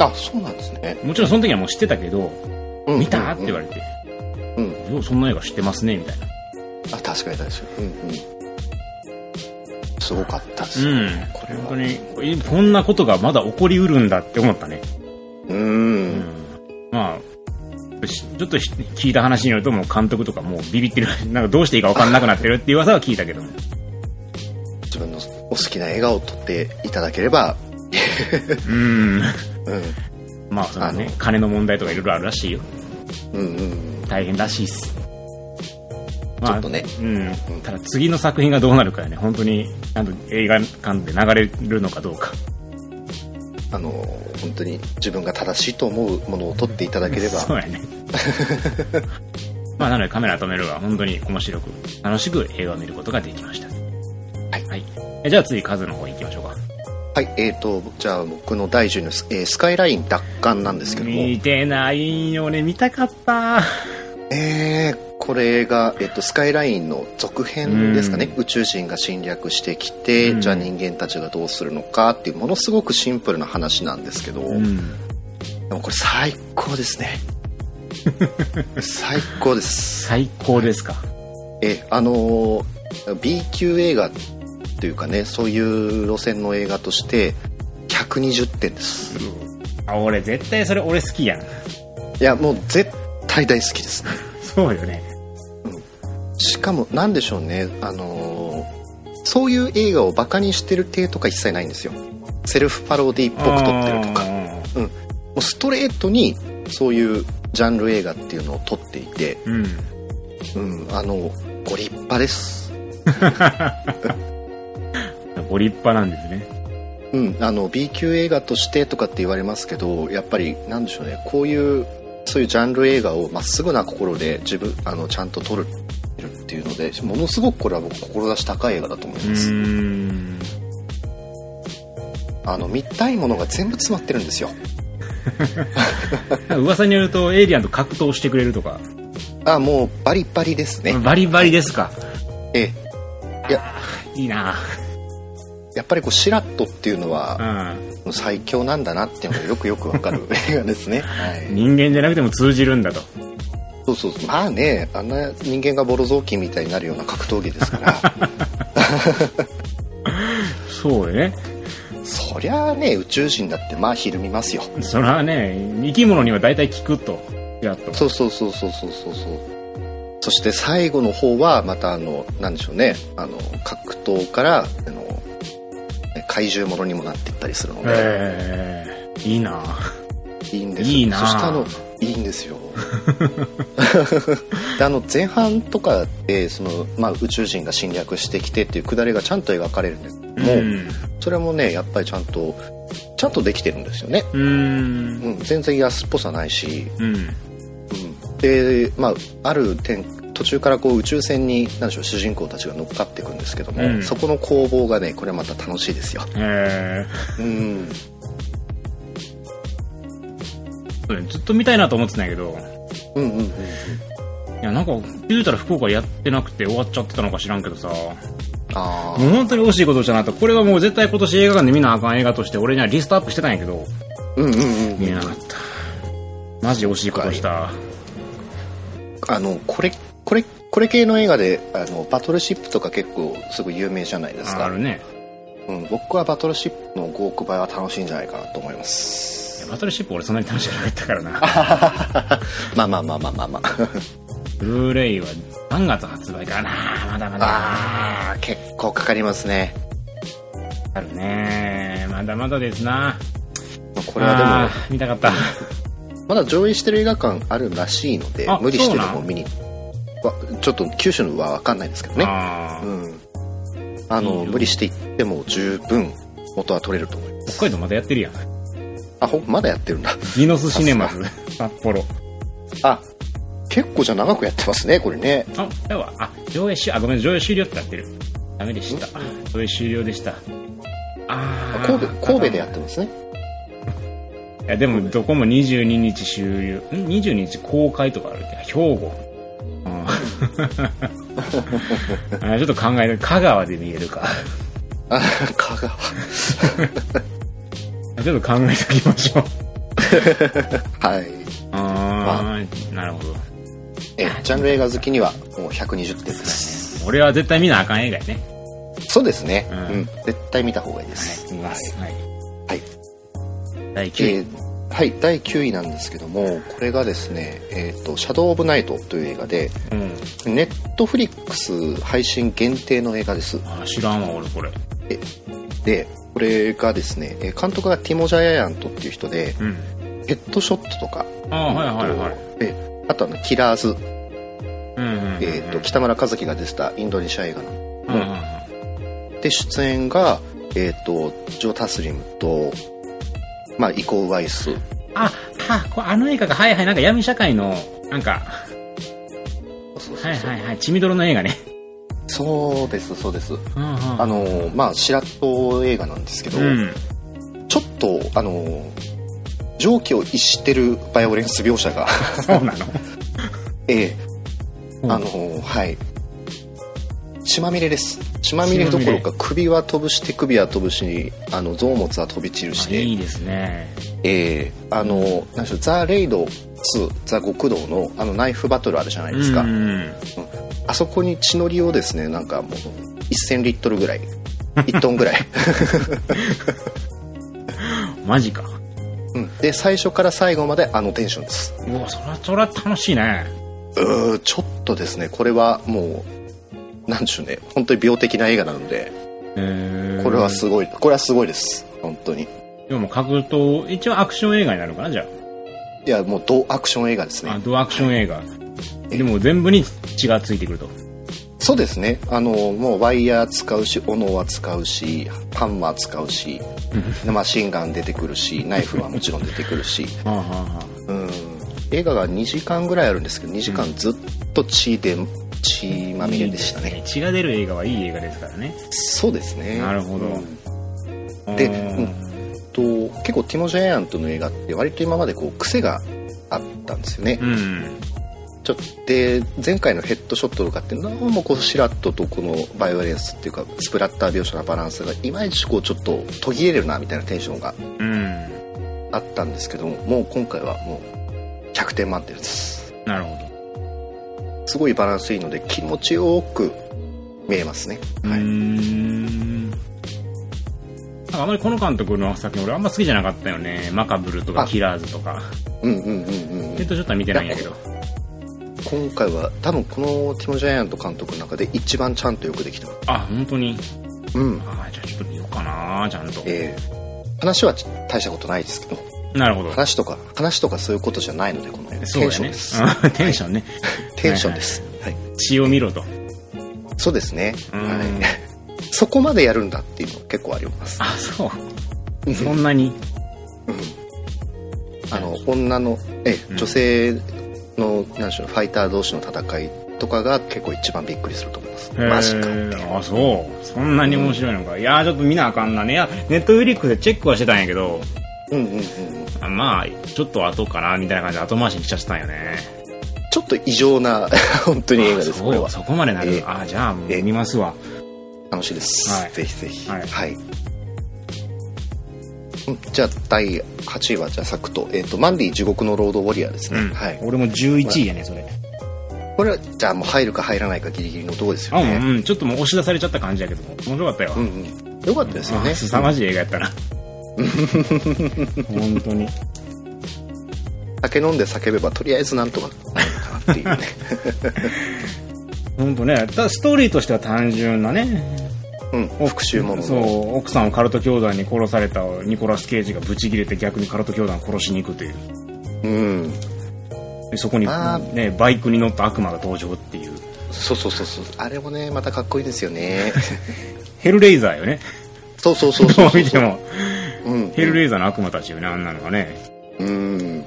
Speaker 1: ん
Speaker 2: あそうなんですね、
Speaker 1: もちろんその時はもう知ってたけど「
Speaker 2: うん
Speaker 1: 見た?」って
Speaker 2: うんうん
Speaker 1: 言われて「
Speaker 2: う
Speaker 1: ようそんな映画知ってますね」みたいな
Speaker 2: あ確かに確かにうんうんすごかったです
Speaker 1: う
Speaker 2: よ
Speaker 1: ん
Speaker 2: ね、これは
Speaker 1: 本当にこれこんなことがまだ起こりうるんだって思ったね
Speaker 2: うん、
Speaker 1: まあしちょっとひ聞いた話によるともう監督とかもうビビってるなんかどうしていいか分かんなくなってるっていう噂は聞いたけども
Speaker 2: 自分のお好きな笑顔を撮っていただければ
Speaker 1: うん
Speaker 2: うん
Speaker 1: まあその
Speaker 2: あ
Speaker 1: ね
Speaker 2: の
Speaker 1: 金の問題とかいろいろあるらしいよ
Speaker 2: うんうん
Speaker 1: 大変らしいっす、
Speaker 2: ちょっとね
Speaker 1: うん、ただ次の作品がどうなるかよね本当にちゃんと映画館で流れるのかどうか
Speaker 2: あの本当に自分が正しいと思うものを撮っていただけれ
Speaker 1: そう
Speaker 2: ば
Speaker 1: やねまあなのでカメラ止めるは本当に面白く楽しく映画を見ることができました
Speaker 2: い
Speaker 1: はい、えじゃあ次カズの方行きましょうか
Speaker 2: はいえー、とじゃあ僕の第10位のス,、えースカイライン奪還なんですけども
Speaker 1: 見てないよね見たかった
Speaker 2: えーこれが、えっと、スカイラインの続編ですかね、
Speaker 1: う
Speaker 2: 宇宙人が侵略してきて、
Speaker 1: うん
Speaker 2: じゃあ人間たちがどうするのかっていうものすごくシンプルな話なんですけど、
Speaker 1: うん
Speaker 2: でもこれ最高で すね最高です
Speaker 1: 最高ですか
Speaker 2: えあのー B 級映画というかねそういう路線の映画として120点です
Speaker 1: あ俺絶対それ俺好きやん
Speaker 2: いやもう絶対大好きですね
Speaker 1: そうよね
Speaker 2: しかもなんでしょうねあのーそういう映画をバカにしてる体とか一切ないんですよセルフパロディっぽく撮ってるとかも
Speaker 1: あ
Speaker 2: うストレートにそういうジャンル映画っていうのを撮っていて
Speaker 1: ーうん
Speaker 2: うんあのご立派です
Speaker 1: ご立派なんですね
Speaker 2: うんあの B 級映画としてとかって言われますけどやっぱりなんでしょうねこういうそういうジャンル映画をまっすぐな心で自分あのちゃんと撮るっていうのでものすごくこれは僕志高い映画だと思いうます、
Speaker 1: ーん
Speaker 2: あの見たいものが全部詰まってるんですよ
Speaker 1: 噂によるとエイリアンと格闘してくれるとか
Speaker 2: あもうバリバリですね、
Speaker 1: バリバリですか
Speaker 2: ええいや
Speaker 1: いいな
Speaker 2: やっぱりこうシラットっていうの
Speaker 1: う
Speaker 2: は
Speaker 1: ん
Speaker 2: 最強なんだなっていうのがよくよく わかる映画ですね、はい、
Speaker 1: 人間じゃなくても通じるんだと
Speaker 2: そうそうそうまあねあんな人間がボロ雑巾みたいになるような格闘技ですから
Speaker 1: そうよね
Speaker 2: そりゃあね宇宙人だってまあひるみますよ
Speaker 1: それはね生き物には大体効くとやっと
Speaker 2: そうそうそうそうそうそうそうそして最後の方はまたあのなんでしょうねあの格闘からあのね怪獣ものにもなっていったりするので、
Speaker 1: えーいいない
Speaker 2: いんです
Speaker 1: いいなあ
Speaker 2: そしてあのいいんですよ であの前半とかでその、まあ、宇宙人が侵略してきてっていうくだりがちゃんと描かれるんですもう、
Speaker 1: ん
Speaker 2: それもねやっぱりちゃんとちゃんとできてるんですよね、
Speaker 1: うーん
Speaker 2: うん、全然安っぽさないし、
Speaker 1: うん
Speaker 2: うん、で、まあ、ある点途中からこう宇宙船に何でしょう主人公たちが乗っかっていくんですけども、
Speaker 1: うん
Speaker 2: そこの攻防がねこれまた楽しいですよ、
Speaker 1: え
Speaker 2: うん、
Speaker 1: ーずっと見たいなと思ってたんやけど
Speaker 2: うんうんうん
Speaker 1: いやなんか気づいたら福岡やってなくて終わっちゃってたのか知らんけどさも
Speaker 2: あ
Speaker 1: う本当に惜しいことしたなとこれはもう絶対今年映画館で見なあかん映画として俺にはリストアップしてたんやけど
Speaker 2: あうんうんうん
Speaker 1: 見れなかったマジ惜しいことした
Speaker 2: あのこれこれこれ系の映画であのバトルシップとか結構すごい有名じゃないです
Speaker 1: あ
Speaker 2: か
Speaker 1: るね
Speaker 2: うん、僕はバトルシップの5億倍は楽しいんじゃないかなと思いま す
Speaker 1: いやバトルシップ俺そんなに楽しくなかったからな
Speaker 2: まあまあまあまあまあまあ
Speaker 1: ブルーレイは3月発売かなまだまだ
Speaker 2: あー 結構かかりますね
Speaker 1: あるねまだまだですな
Speaker 2: これは
Speaker 1: あー見たかった
Speaker 2: でもまだ上映してる映画館あるらしいので
Speaker 1: あ
Speaker 2: 無理してで
Speaker 1: そう
Speaker 2: も
Speaker 1: なん
Speaker 2: 見にわちょっと九州のは分かんないですけどね
Speaker 1: あ
Speaker 2: う
Speaker 1: ー
Speaker 2: んあ
Speaker 1: いい
Speaker 2: の
Speaker 1: よ
Speaker 2: 無理して行っても十分元は取れると思います
Speaker 1: 北海道まだやってるやん
Speaker 2: あほんまだやってるんだ
Speaker 1: ギノスシネマズ札幌
Speaker 2: あ結構じゃあ長くやってますねこれね
Speaker 1: あ、では、あ、上映終、あ、ごめん、上映終了ってなってる。ダメでした。上映終了でした。あー
Speaker 2: 神戸神戸でやってますね
Speaker 1: いや、でも、どこも22日終了。ん ?22 日公開とかあるって、兵庫。あー あーちょっと考える。香川で見えるか。
Speaker 2: あ香川
Speaker 1: ちょっと考えておきましょう。
Speaker 2: はい
Speaker 1: あー、なるほど。
Speaker 2: えジャンル映画好きにはもう120点です
Speaker 1: 俺は絶対見なあかん映画やね。
Speaker 2: そうですね、
Speaker 1: う
Speaker 2: うんん絶対見た方がいいです、
Speaker 1: 見ます。はい。
Speaker 2: はい
Speaker 1: 第9
Speaker 2: え
Speaker 1: 位。
Speaker 2: ーはい第9位なんですけどもこれがですね「えー、とシャドウ・オブ・ナイト」という映画で
Speaker 1: うん。
Speaker 2: ネットフリックス配信限定の映画です
Speaker 1: あー知らんわ、俺、これ。
Speaker 2: でこれがですねえー監督がティモ・ジャヤヤントっていう人で
Speaker 1: うん。
Speaker 2: 「ヘッドショット」とか
Speaker 1: あー、はいはいはい。
Speaker 2: えーあとあの「キラーズ」
Speaker 1: うんうんうんうん。
Speaker 2: えー、と北村一輝が出てたインドネシア映画の
Speaker 1: うんうんうん。
Speaker 2: で出演が、えー、とジョー・タスリムと、まあ、イコ・ウワイス
Speaker 1: あ、は、こあの映画が、はいはい、なんか闇社会の、なんか、はいはいはい、血みどろの映画ね。
Speaker 2: そうですそうです
Speaker 1: うんうん。
Speaker 2: あのーまあ白戸映画なんですけど、
Speaker 1: うん。
Speaker 2: ちょっとあのー常軌を逸してるバイオレンス描写が
Speaker 1: そうなの。
Speaker 2: ええ
Speaker 1: うん
Speaker 2: あのーはい血まみれです血まみれどころか首は飛ぶし手首は飛ぶしあの臓物は飛び散るし
Speaker 1: あ
Speaker 2: で
Speaker 1: いいですね。
Speaker 2: えーあのーなんでしょうザ・レイド2ザ・極道のあのナイフバトルあるじゃないですか、
Speaker 1: うんうん。
Speaker 2: あそこに血のりをですねなんかもう1000リットルぐらい1トンぐ らい
Speaker 1: マジか。
Speaker 2: うんで最初から最後まであのテンションです
Speaker 1: うわ、そら、そら楽しいね。
Speaker 2: うーちょっとですねこれはもうなんでしょうね本当に病的な映画なので
Speaker 1: えー、
Speaker 2: これはすごいこれはすごいです本当に
Speaker 1: でも格闘一応アクション映画になるかなじゃ
Speaker 2: いやもうドアクション映画です
Speaker 1: ああ
Speaker 2: ね
Speaker 1: ドアクション映画、でも全部に血がついてくると
Speaker 2: そうですねあのもうワイヤー使うし斧は使うしハンマー使うしマシンガン出てくるしナイフはもちろん出てくるし
Speaker 1: はあはあは
Speaker 2: うん映画が2時間ぐらいあるんですけど2時間ずっと血で血
Speaker 1: あ
Speaker 2: まみれでしたね
Speaker 1: 血が出る映画はいい映画ですからね
Speaker 2: そうですね
Speaker 1: なるほど
Speaker 2: うん
Speaker 1: う
Speaker 2: で
Speaker 1: ん
Speaker 2: と結構ティモ・ジャイアントの映画って割と今までこう癖があったんですよね、
Speaker 1: うん
Speaker 2: ちょっとで前回のヘッドショットとかってなんもこうシラッととこのバイオレンスっていうかスプラッター描写のバランスがいまいちこうちょっと途切れるなみたいなテンションが
Speaker 1: うん
Speaker 2: あったんですけどももう今回はもう100点満点です
Speaker 1: なるほ
Speaker 2: すごいバランスいいので気持ちよく見えますね
Speaker 1: ど、
Speaker 2: は
Speaker 1: うー
Speaker 2: い
Speaker 1: んなんかあまりこの監督の作品俺あんま好きじゃなかったよねマカブルとか
Speaker 2: あ
Speaker 1: キラーズとか
Speaker 2: うんうんうんう
Speaker 1: ヘ
Speaker 2: ん
Speaker 1: ッドショットは見てないんやけど
Speaker 2: 今回は多分このティモ・ジャイアント監督の中で一番ちゃんとよくできた
Speaker 1: あ本当に
Speaker 2: うん
Speaker 1: あーじゃあちょっと見ようかなちゃんと
Speaker 2: えー話は大したことないですけど
Speaker 1: なるほど
Speaker 2: 話とか話とかそういうことじゃないのでこの映画
Speaker 1: そ
Speaker 2: テ
Speaker 1: う
Speaker 2: ン
Speaker 1: だ
Speaker 2: ション
Speaker 1: ね
Speaker 2: です、
Speaker 1: うん テンションね
Speaker 2: テンションです、はい
Speaker 1: 血を見ろと
Speaker 2: そうですね、
Speaker 1: うん
Speaker 2: はい、そこまでやるんだっていうのは結構あります
Speaker 1: あそうそんなに
Speaker 2: あの女のええ
Speaker 1: うん
Speaker 2: 女性の何でしょうファイター同士の戦いとかが結構一番びっくりすると思います マジかっていう
Speaker 1: へーあそうそんなに面白いのか、いやーちょっと見なあかんなねいやネットフリックスでチェックはしてたんやけど
Speaker 2: うんうんうん
Speaker 1: あまあちょっと後かなみたいな感じで後回しにしちゃってたんよね
Speaker 2: ちょっと異常な 本当に映画ですこれ
Speaker 1: そう
Speaker 2: は
Speaker 1: そこまでなる、
Speaker 2: ええ
Speaker 1: あじゃあもう
Speaker 2: ええ
Speaker 1: 見ますわ
Speaker 2: 楽しいです、
Speaker 1: はい
Speaker 2: ぜひぜひ
Speaker 1: は
Speaker 2: はいい、うんじゃあ第8位はじゃあサクッと,、えー、とマンディ地獄のロードウォリアーです
Speaker 1: う
Speaker 2: ね、
Speaker 1: ん、
Speaker 2: はい
Speaker 1: 俺も11位やねそれ
Speaker 2: これはじゃあもう入るか入らないかギリギリのとこですよ
Speaker 1: あもう
Speaker 2: ね
Speaker 1: うんちょっともう押し出されちゃった感じやけど面白かったよ、
Speaker 2: うんうんよかったですよね
Speaker 1: あ凄まじい映画やったな 本当に
Speaker 2: 酒飲んで叫べばとりあえずなんとかなるのかなっていう ね
Speaker 1: 本当ねただストーリーとしては単純なね
Speaker 2: うん復讐もの
Speaker 1: そ
Speaker 2: の
Speaker 1: う奥さんをカルト教団に殺されたニコラス・ケイジがブチ切れて逆にカルト教団を殺しに行くという
Speaker 2: うん
Speaker 1: でそこに
Speaker 2: あ、
Speaker 1: ね、バイクに乗った悪魔が登場っていう
Speaker 2: そうそうそうそうあれもねまたかっこいいですよね
Speaker 1: ヘルレイザーよね
Speaker 2: そうそうそう
Speaker 1: ど
Speaker 2: そう
Speaker 1: う見ても
Speaker 2: うん
Speaker 1: ヘルレイザーの悪魔たちよねあんなのがね
Speaker 2: うん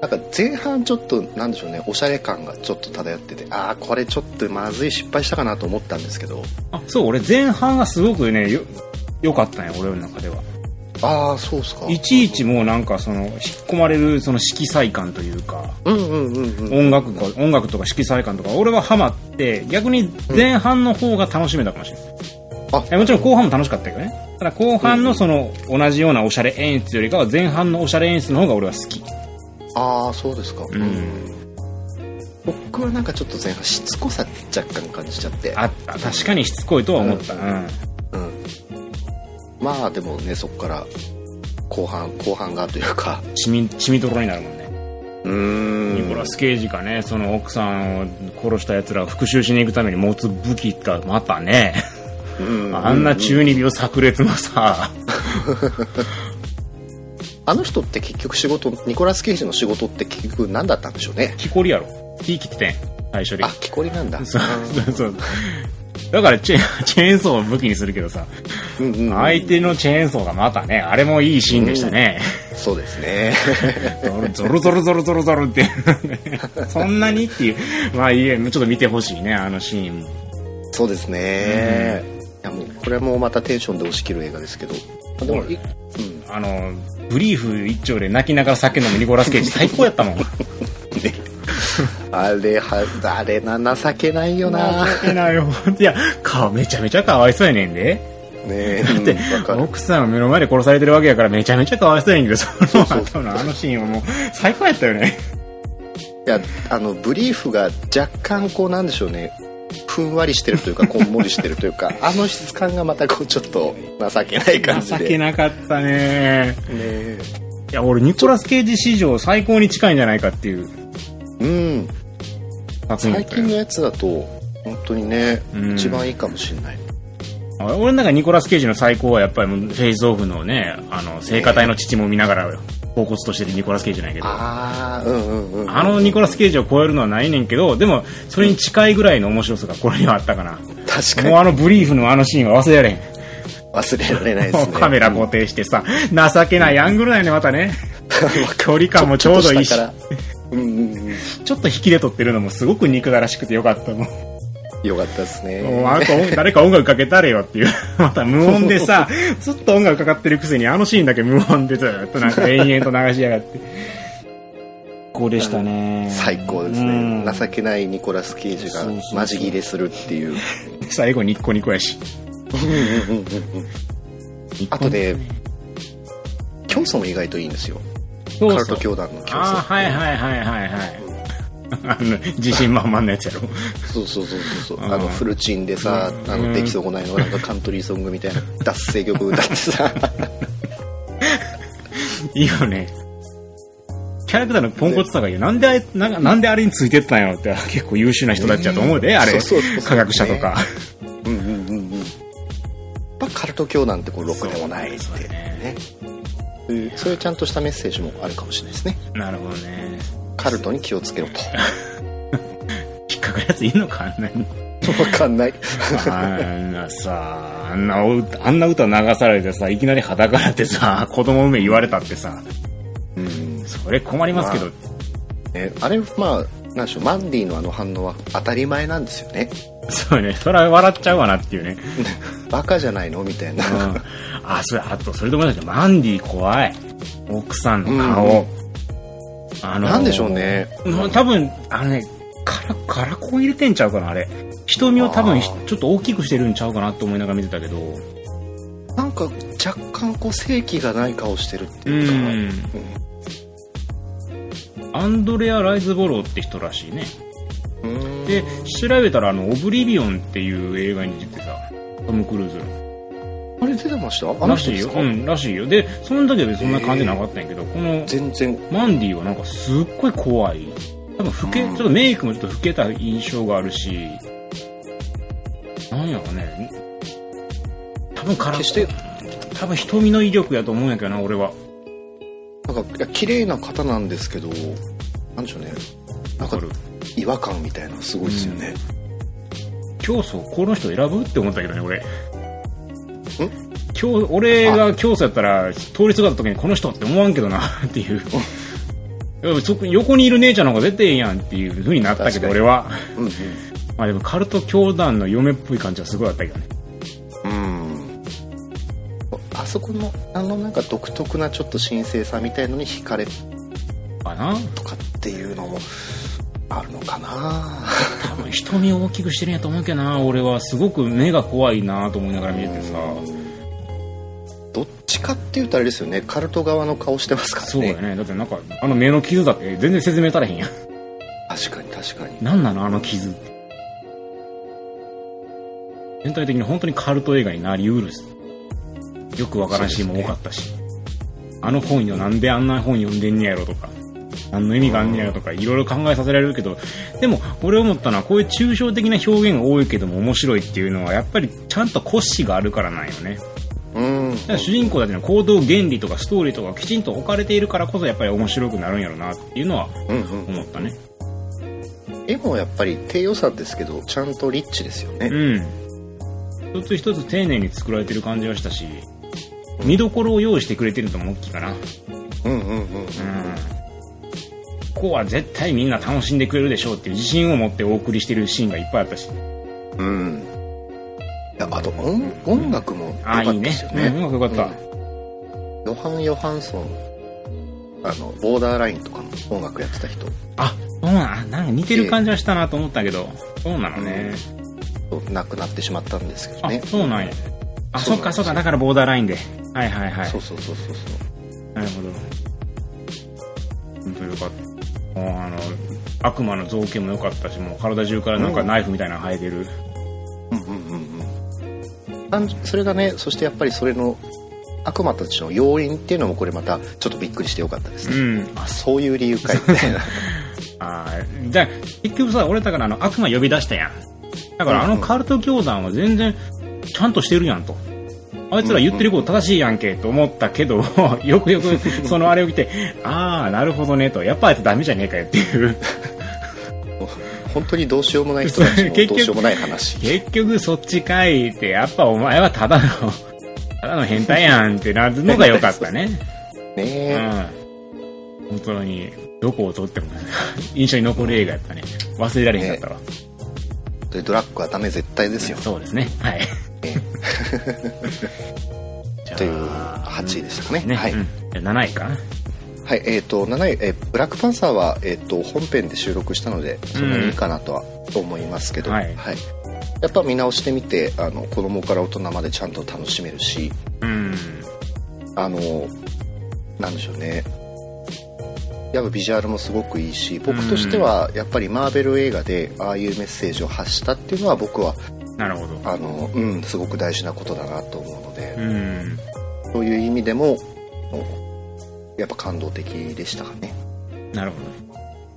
Speaker 2: なんか前半ちょっとなんでしょうねおしゃれ感がちょっと漂っててああこれちょっとまずい失敗したかなと思ったんですけど
Speaker 1: あそう俺前半がすごくねよ良かったんや俺の中では
Speaker 2: ああそうっすか
Speaker 1: いちいちもうなんかその引っ込まれるその色彩感というか
Speaker 2: うんうんうんうん
Speaker 1: 音楽か音楽とか色彩感とか俺はハマって逆に前半の方が楽しめたかもしれない
Speaker 2: あ
Speaker 1: えもちろん後半も楽しかったけどねただ後半のその同じようなおしゃれ演出よりかは前半のおしゃれ演出の方が俺は好き
Speaker 2: ああそうですかうん、
Speaker 1: ん
Speaker 2: 僕はなんかちょっと前半しつこさ若干感じちゃって
Speaker 1: あった確かにしつこいとは思った、うん
Speaker 2: うんまあでもねそこから後半後半がとい うか
Speaker 1: 血み血みどろになるもんね、
Speaker 2: うん
Speaker 1: ニコラス・ケイジがねその奥さんを殺した奴らを復讐しに行くために持つ武器がまたね、あんな中二病炸裂のさ、
Speaker 2: あの人って結局仕事ニコラス・ケイジの仕事って結局何だったんでしょうね
Speaker 1: 木こりやろ火切っててん最初に
Speaker 2: あ木こりなんだ
Speaker 1: そうそうそうだからチェーンチェーンソーを武器にするけどさ
Speaker 2: うんうんうん
Speaker 1: 相手のチェーンソーがまたねあれもいいシーンでしたね、
Speaker 2: そうで すね
Speaker 1: ゾロゾロゾロゾロゾロってそんなにっていうまあいいえちょっと見てほしいねあのシーンも
Speaker 2: そうですね、いやもうこれもまたテンションで押し切る映画ですけどあでもいうん
Speaker 1: あのブリーフ一丁で泣きながら酒飲むニコラス・ケイジ最高やったもん
Speaker 2: あれはあれな情けないよなね
Speaker 1: 情けないよいや顔めちゃめちゃかわいそうやねんで
Speaker 2: えだ
Speaker 1: って
Speaker 2: 分かる
Speaker 1: 奥さんを目の前で殺されてるわけやからめちゃめちゃかわいそうやねんけどその
Speaker 2: そう
Speaker 1: 後のあのシーンはもう最高やったよね
Speaker 2: いやあのブリーフが若干こうなんでしょうねふんわりしてるというかこんもりしてるという かあの質感がまたこうちょっと情けない感じ
Speaker 1: 情
Speaker 2: で
Speaker 1: けなかったね
Speaker 2: ね
Speaker 1: いや俺ニコラス・ケイジ史上最高に近いんじゃないかっていう
Speaker 2: うん
Speaker 1: 作品
Speaker 2: 最近の
Speaker 1: やっ
Speaker 2: やつだと本当にね、
Speaker 1: うん
Speaker 2: 一番いいかもしれない
Speaker 1: たよ俺の中でニコラス・ケイジの最高はやっぱりもうフェイズオフのねあの聖歌隊の父も見ながら恍惚としてるニコラス・ケイジなんやけど
Speaker 2: ああうんうんうん
Speaker 1: あのニコラス・ケイジを超えるのはないねんけどでもそれに近いぐらいの面白さがこれにはあったかな
Speaker 2: 確か
Speaker 1: もう
Speaker 2: に
Speaker 1: あのブリーフのあのシーンは忘れられん
Speaker 2: 忘れられないで
Speaker 1: も
Speaker 2: す
Speaker 1: う
Speaker 2: ね
Speaker 1: カメラ固定してさ情けないアングルなんやねまたね距離感もちょうどいいし
Speaker 2: ち
Speaker 1: ち
Speaker 2: ょ
Speaker 1: ょ
Speaker 2: っとしたからうんうんうん
Speaker 1: っと引きで撮ってるのもすごく憎たらしくてよかったもん
Speaker 2: よかったですね
Speaker 1: もうあんた音誰か音楽かけたれよっていうまた無音で さずっと音楽かかってるくせにあのシーンだけ無音でずっとなんか延々と流しやがってこうでしたね
Speaker 2: 最高ですね情けないニコラス・ケイジが
Speaker 1: そうそうそう
Speaker 2: マジギレするっていう
Speaker 1: 最後ニッコニコやし
Speaker 2: あとでキョンソンも意外といいんですよ
Speaker 1: カ
Speaker 2: カルト教団のキョンソン
Speaker 1: ああはいはいはいはいはいあの自信満々のやつやろ
Speaker 2: そうそうそうそうそう
Speaker 1: うん
Speaker 2: あのフルチンでさ
Speaker 1: うん
Speaker 2: あの出来損ないのなんかカントリーソングみたいな脱声曲歌っ てさ
Speaker 1: いいよね。キャラクターのポンコツさがいいよ。なんであれ、なんかなんであれについてったんやろって、結構優秀な人だっちゃうと思うで、あれ。
Speaker 2: そうそうそう
Speaker 1: 科学者とか。
Speaker 2: うんうんうんうんやっぱカルト教団ってこうろくでもないって
Speaker 1: そうそう
Speaker 2: ねそういうそういうちゃんとしたメッセージもあるかもしれないですね
Speaker 1: なるほどね。
Speaker 2: カルトに気をつけろと
Speaker 1: 引っかかるやついいのかあんなに。
Speaker 2: わかんない
Speaker 1: あんなさ、あんな歌、あんな歌流されてさ、いきなり裸になってさ、子供産め言われたってさ、
Speaker 2: うん
Speaker 1: それ困りますけど、
Speaker 2: ね、あれまあなんでしょうマンディのあの反応は当たり前なんですよね
Speaker 1: そうね、それは笑っちゃうわなっていうね。
Speaker 2: バカじゃないのみたいな
Speaker 1: うんあ、それ、あと、それでもだけど、マンディ怖い。奥さんの顔。
Speaker 2: うん
Speaker 1: あのー
Speaker 2: なんでしょうね
Speaker 1: もう多分、あのね、カラ、カラコン入れてんちゃうかな、あれ。瞳を多分ひ
Speaker 2: あー
Speaker 1: ちょっと大きくしてるんちゃうかなと思いながら見てたけど。
Speaker 2: なんか若干こう正気がない顔してるって
Speaker 1: う
Speaker 2: いうか、
Speaker 1: ん。アンドレア・ライズボローって人らしいね。
Speaker 2: うん
Speaker 1: で、調べたら、あの、オブリビオンっていう映画に出てた。トム・クルーズの。
Speaker 2: あれ出てましたあの
Speaker 1: らし
Speaker 2: 人
Speaker 1: い
Speaker 2: です
Speaker 1: よ。
Speaker 2: か、
Speaker 1: うん、らしいよ。で、その時は別にそんな感じなかったんやけど、この、
Speaker 2: 全然
Speaker 1: マンディはなんかすっごい怖い。多分老け、
Speaker 2: うん
Speaker 1: ちょっとメイクもちょっと老けた印象があるし、なんやろね。多分カラ
Speaker 2: 決して
Speaker 1: 多分瞳の威力やと思うんやけどな、俺は。
Speaker 2: なんかいや綺麗な方なんですけどなんでしょうねなんか
Speaker 1: わかる
Speaker 2: 違和感みたいなのすごいですよね、
Speaker 1: 競争、この人選ぶって思ったけどね、俺。今日俺が競争やったら、通りすがった時にこの人って思わんけどな、 っていう。いやそ横にいる姉ちゃんの方が絶対ええやんっていう風になったけ
Speaker 2: 確か
Speaker 1: ど、俺
Speaker 2: に
Speaker 1: は。
Speaker 2: うん、うん
Speaker 1: まあでも、カルト教団の嫁っぽい感じはすごいあったけどね。
Speaker 2: うんあそこのあのなんか独特なちょっと神聖さみたいのに惹かれ
Speaker 1: かな
Speaker 2: とかっていうのもあるのかな
Speaker 1: 多分瞳を大きくしてるんやと思うけどな俺はすごく目が怖いなと思いながら見ててさ
Speaker 2: どっちかって言うとあれですよねカルト側の顔してますから
Speaker 1: そう
Speaker 2: ね
Speaker 1: やねだってなんかあの目の傷だって全然説明足らへんやん
Speaker 2: 確かに確かに
Speaker 1: 何なのあの傷って全体的に本当にカルト映画になりうるしよくわからんシーンも多かったし、あの本よなんであんな本読んでんねやろとか何の意味があんねやろとかいろいろ考えさせられるけどでも俺思ったのはこういう抽象的な表現が多いけども面白いっていうのはやっぱりちゃんと骨子があるからなんよね
Speaker 2: うん
Speaker 1: だから主人公たちの行動原理とかストーリーとかがきちんと置かれているからこそやっぱり面白くなるんやろうなっていうのは
Speaker 2: うんうん
Speaker 1: 思ったね
Speaker 2: 絵もやっぱり低予算ですけどちゃんとリッチですよね
Speaker 1: うん一つ一つ丁寧に作られてる感じがしたし見どころを用意してくれてるとも大きいかなうん
Speaker 2: うんうんうん
Speaker 1: ここは絶対みんな楽しんでくれるでしょうっていう自信を持ってお送りしてるシーンがいっぱいあったし
Speaker 2: うんいやあと音音楽も良
Speaker 1: あ
Speaker 2: か
Speaker 1: あ
Speaker 2: った
Speaker 1: いい
Speaker 2: で
Speaker 1: ね
Speaker 2: すよ
Speaker 1: う
Speaker 2: ね
Speaker 1: んうまくよかっ
Speaker 2: ヨハン・ヨハンソンあのボーダーラインとかの音楽やってた人
Speaker 1: たあそうなんなんか似てる感じはしたなと思ったけどそうなのね
Speaker 2: と亡くなってしまったんですけど
Speaker 1: あ
Speaker 2: ね
Speaker 1: そうなんやあ
Speaker 2: そ
Speaker 1: そうっ
Speaker 2: なんで
Speaker 1: か
Speaker 2: す
Speaker 1: そっかだからボーダーラインではいはいはい
Speaker 2: そうそうそうそうそう
Speaker 1: なるほど。本当よかった。もうあの、悪魔の造形も良かったし、もう体中からなんかナイフみたいなの生えてる。
Speaker 2: うんうんうんうん単純それがねそしてやっぱりそれの悪魔たちの要因っていうのもこれまたちょっとびっくりしてよかったです
Speaker 1: う
Speaker 2: ね、
Speaker 1: ん。
Speaker 2: あそういう理由かいみたいな
Speaker 1: あーじゃあ結局さ俺だからあの悪魔呼び出したやんだからあのカルト教団は全然ちゃんとしてるやんとあいつら言ってること正しいやんけと思ったけど よくよくそのあれを見てああなるほどねとやっぱあいつダメじゃねえかよって いう
Speaker 2: 本当にどうしようもない人た ちのどうしようもない話
Speaker 1: 結局そっちかいってやっぱお前はただの ただの変態やんってなるのが良かったね うん
Speaker 2: ね
Speaker 1: 本当にどこを撮っても印象に残る映画やったね忘れられへんかったわ、
Speaker 2: えでドラッグはダメ絶対ですよ
Speaker 1: そうですねはい じゃあ
Speaker 2: という8位でしたかね
Speaker 1: ね、
Speaker 2: はい、
Speaker 1: うんじゃあ7位かな
Speaker 2: はいえー、と7位、えーブラックパンサーは、えー、と本編で収録したのでそんなにいいかなとは思いますけど、
Speaker 1: うんは
Speaker 2: はいいやっぱ見直してみてあの子供から大人までちゃんと楽しめるし
Speaker 1: うん
Speaker 2: あのなんでしょうねやっぱビジュアルもすごくいいし僕としてはやっぱりマーベル映画でああいうメッセージを発したっていうのは僕は
Speaker 1: なるほど
Speaker 2: あの、うん、すごく大事なことだなと思うので、
Speaker 1: うん
Speaker 2: そういう意味でもやっぱ感動的でしたかね
Speaker 1: なるほ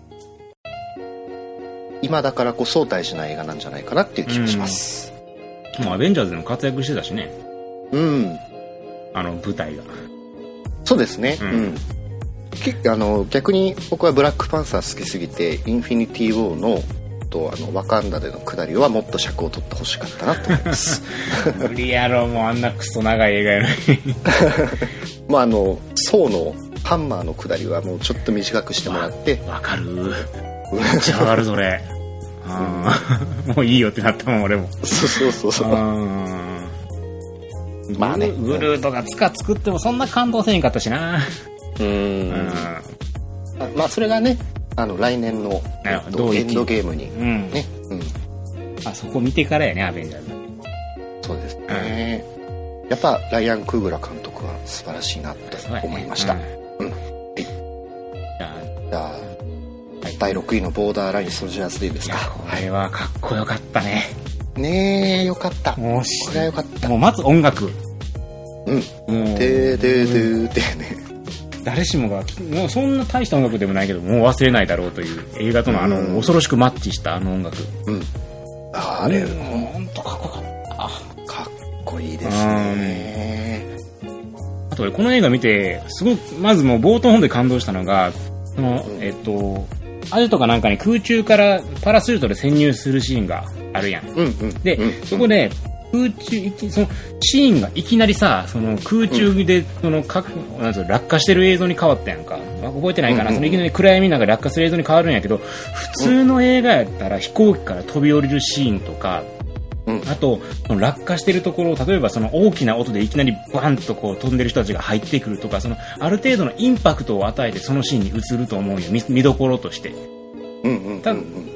Speaker 1: どね
Speaker 2: 今だからこそ大事な映画なんじゃないかなっていう気がします
Speaker 1: もうアベンジャーズでも活躍してたしね
Speaker 2: うん、
Speaker 1: あの舞 台が
Speaker 2: そうですね
Speaker 1: う
Speaker 2: うんん、けあの逆に僕はブラックパンサー好きすぎてインフィニティ・ウォーのとあのワカンダでの下りはもっと尺を取ってほしかったなと思います
Speaker 1: 無理やろもうあんなクソ長い映画やの に
Speaker 2: まああのソーのハンマーの下りはもうちょっと短くしてもらって
Speaker 1: わかるめっちゃわかるそ れ うんもういいよってなったもん俺も
Speaker 2: そうそうそう
Speaker 1: う
Speaker 2: そ
Speaker 1: ん
Speaker 2: うまあね
Speaker 1: グルーとかつか作ってもそんな感動せんかったしな
Speaker 2: うん
Speaker 1: うん
Speaker 2: あまあそれがねあの来年の、
Speaker 1: なる
Speaker 2: え
Speaker 1: ほ
Speaker 2: っ
Speaker 1: ど
Speaker 2: と
Speaker 1: 同時
Speaker 2: エ
Speaker 1: 期
Speaker 2: ンドゲームに
Speaker 1: うん
Speaker 2: ね、うん、
Speaker 1: あそこ見てからやねアベンジャーズ
Speaker 2: そうですね、やっぱライアン・クーグラ監督は素晴らしいなと
Speaker 1: そうやね
Speaker 2: 思いました、
Speaker 1: うん
Speaker 2: うん
Speaker 1: じゃ
Speaker 2: じゃあ第6位の「ボーダーライン・ソルジャーズ・デイ」です
Speaker 1: あい
Speaker 2: か
Speaker 1: やこれはかっこよかったね
Speaker 2: ねえよかったこ
Speaker 1: もうし
Speaker 2: れはよかった
Speaker 1: もうまず音楽
Speaker 2: うん
Speaker 1: もう
Speaker 2: ででででね
Speaker 1: 誰しもがもうそんな大した音楽でもないけどもう忘れないだろうという映画とのあの、
Speaker 2: うん
Speaker 1: 恐ろしくマッチしたあの音楽
Speaker 2: うんああれ
Speaker 1: うん
Speaker 2: か
Speaker 1: ほんとかっこよかった
Speaker 2: っこいいですね
Speaker 1: あと俺この映画見てすごくまずもう冒頭の方で感動したのがその、えっとアジトかなんかに空中からパラスルートで潜入するシーンがあるやん
Speaker 2: うんうん
Speaker 1: で、
Speaker 2: うん
Speaker 1: そこで空中いきそのシーンがいきなりさその空中でその各なんつうの落下してる映像に変わったやんかあ覚えてないかな、
Speaker 2: うんうん
Speaker 1: そのいきなり暗闇の中で落下する映像に変わるんやけど普通の映画やったら飛行機から飛び降りるシーンとか、
Speaker 2: うん
Speaker 1: あとその落下してるところを例えばその大きな音でいきなりバンとこう飛んでる人たちが入ってくるとかそのある程度のインパクトを与えてそのシーンに映ると思うよ見見どころとして。
Speaker 2: うんうんうん
Speaker 1: た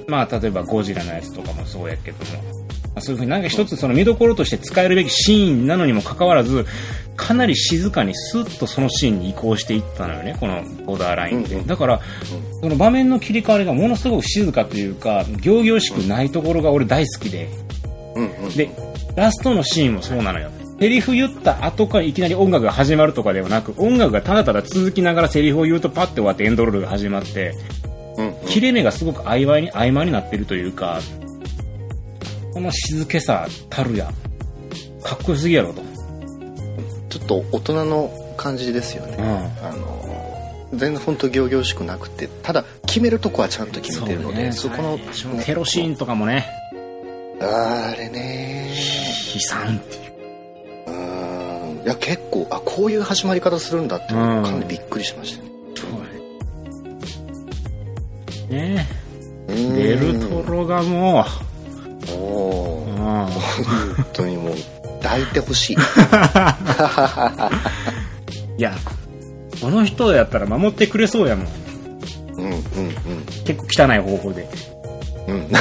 Speaker 1: まあ、例えばゴジラのやつとかもそうやけども、まあそういうふうになんか一つその見どころとして使えるべきシーンなのにもかかわらず、かなり静かにスッとそのシーンに移行していったのよね、このボーダーラインって。
Speaker 2: うんうん
Speaker 1: だから、その場面の切り替わりがものすごく静かというか、行々しくないところが俺大好きで、
Speaker 2: うんうん
Speaker 1: で、ラストのシーンもそうなのよ。セリフ言った後からいきなり音楽が始まるとかではなく、音楽がただただ続きながらセリフを言うとパッて終わってエンドロールが始まって、
Speaker 2: うんうん
Speaker 1: 切れ目がすごく曖昧に曖昧になってるというかこの静けさたるやかっこよすぎやろと、
Speaker 2: ちょっと大人の感じですよね
Speaker 1: う
Speaker 2: あの全然本当行々しくなくてただ決めるとこはちゃんと決めてるのでそ,、この、
Speaker 1: テロシーンとかもね
Speaker 2: あれね
Speaker 1: 悲惨っていう
Speaker 2: うーんいや結構あこういう始まり方するんだって
Speaker 1: うん
Speaker 2: かなりびっくりしましたね
Speaker 1: ね
Speaker 2: うん
Speaker 1: ベルトロがもう、
Speaker 2: お
Speaker 1: う
Speaker 2: ー
Speaker 1: ん、
Speaker 2: 本当にもう抱いてほしい
Speaker 1: いやこの人やったら守ってくれそうやもん
Speaker 2: うんうん
Speaker 1: 結構汚い方法で
Speaker 2: うんうん
Speaker 1: だ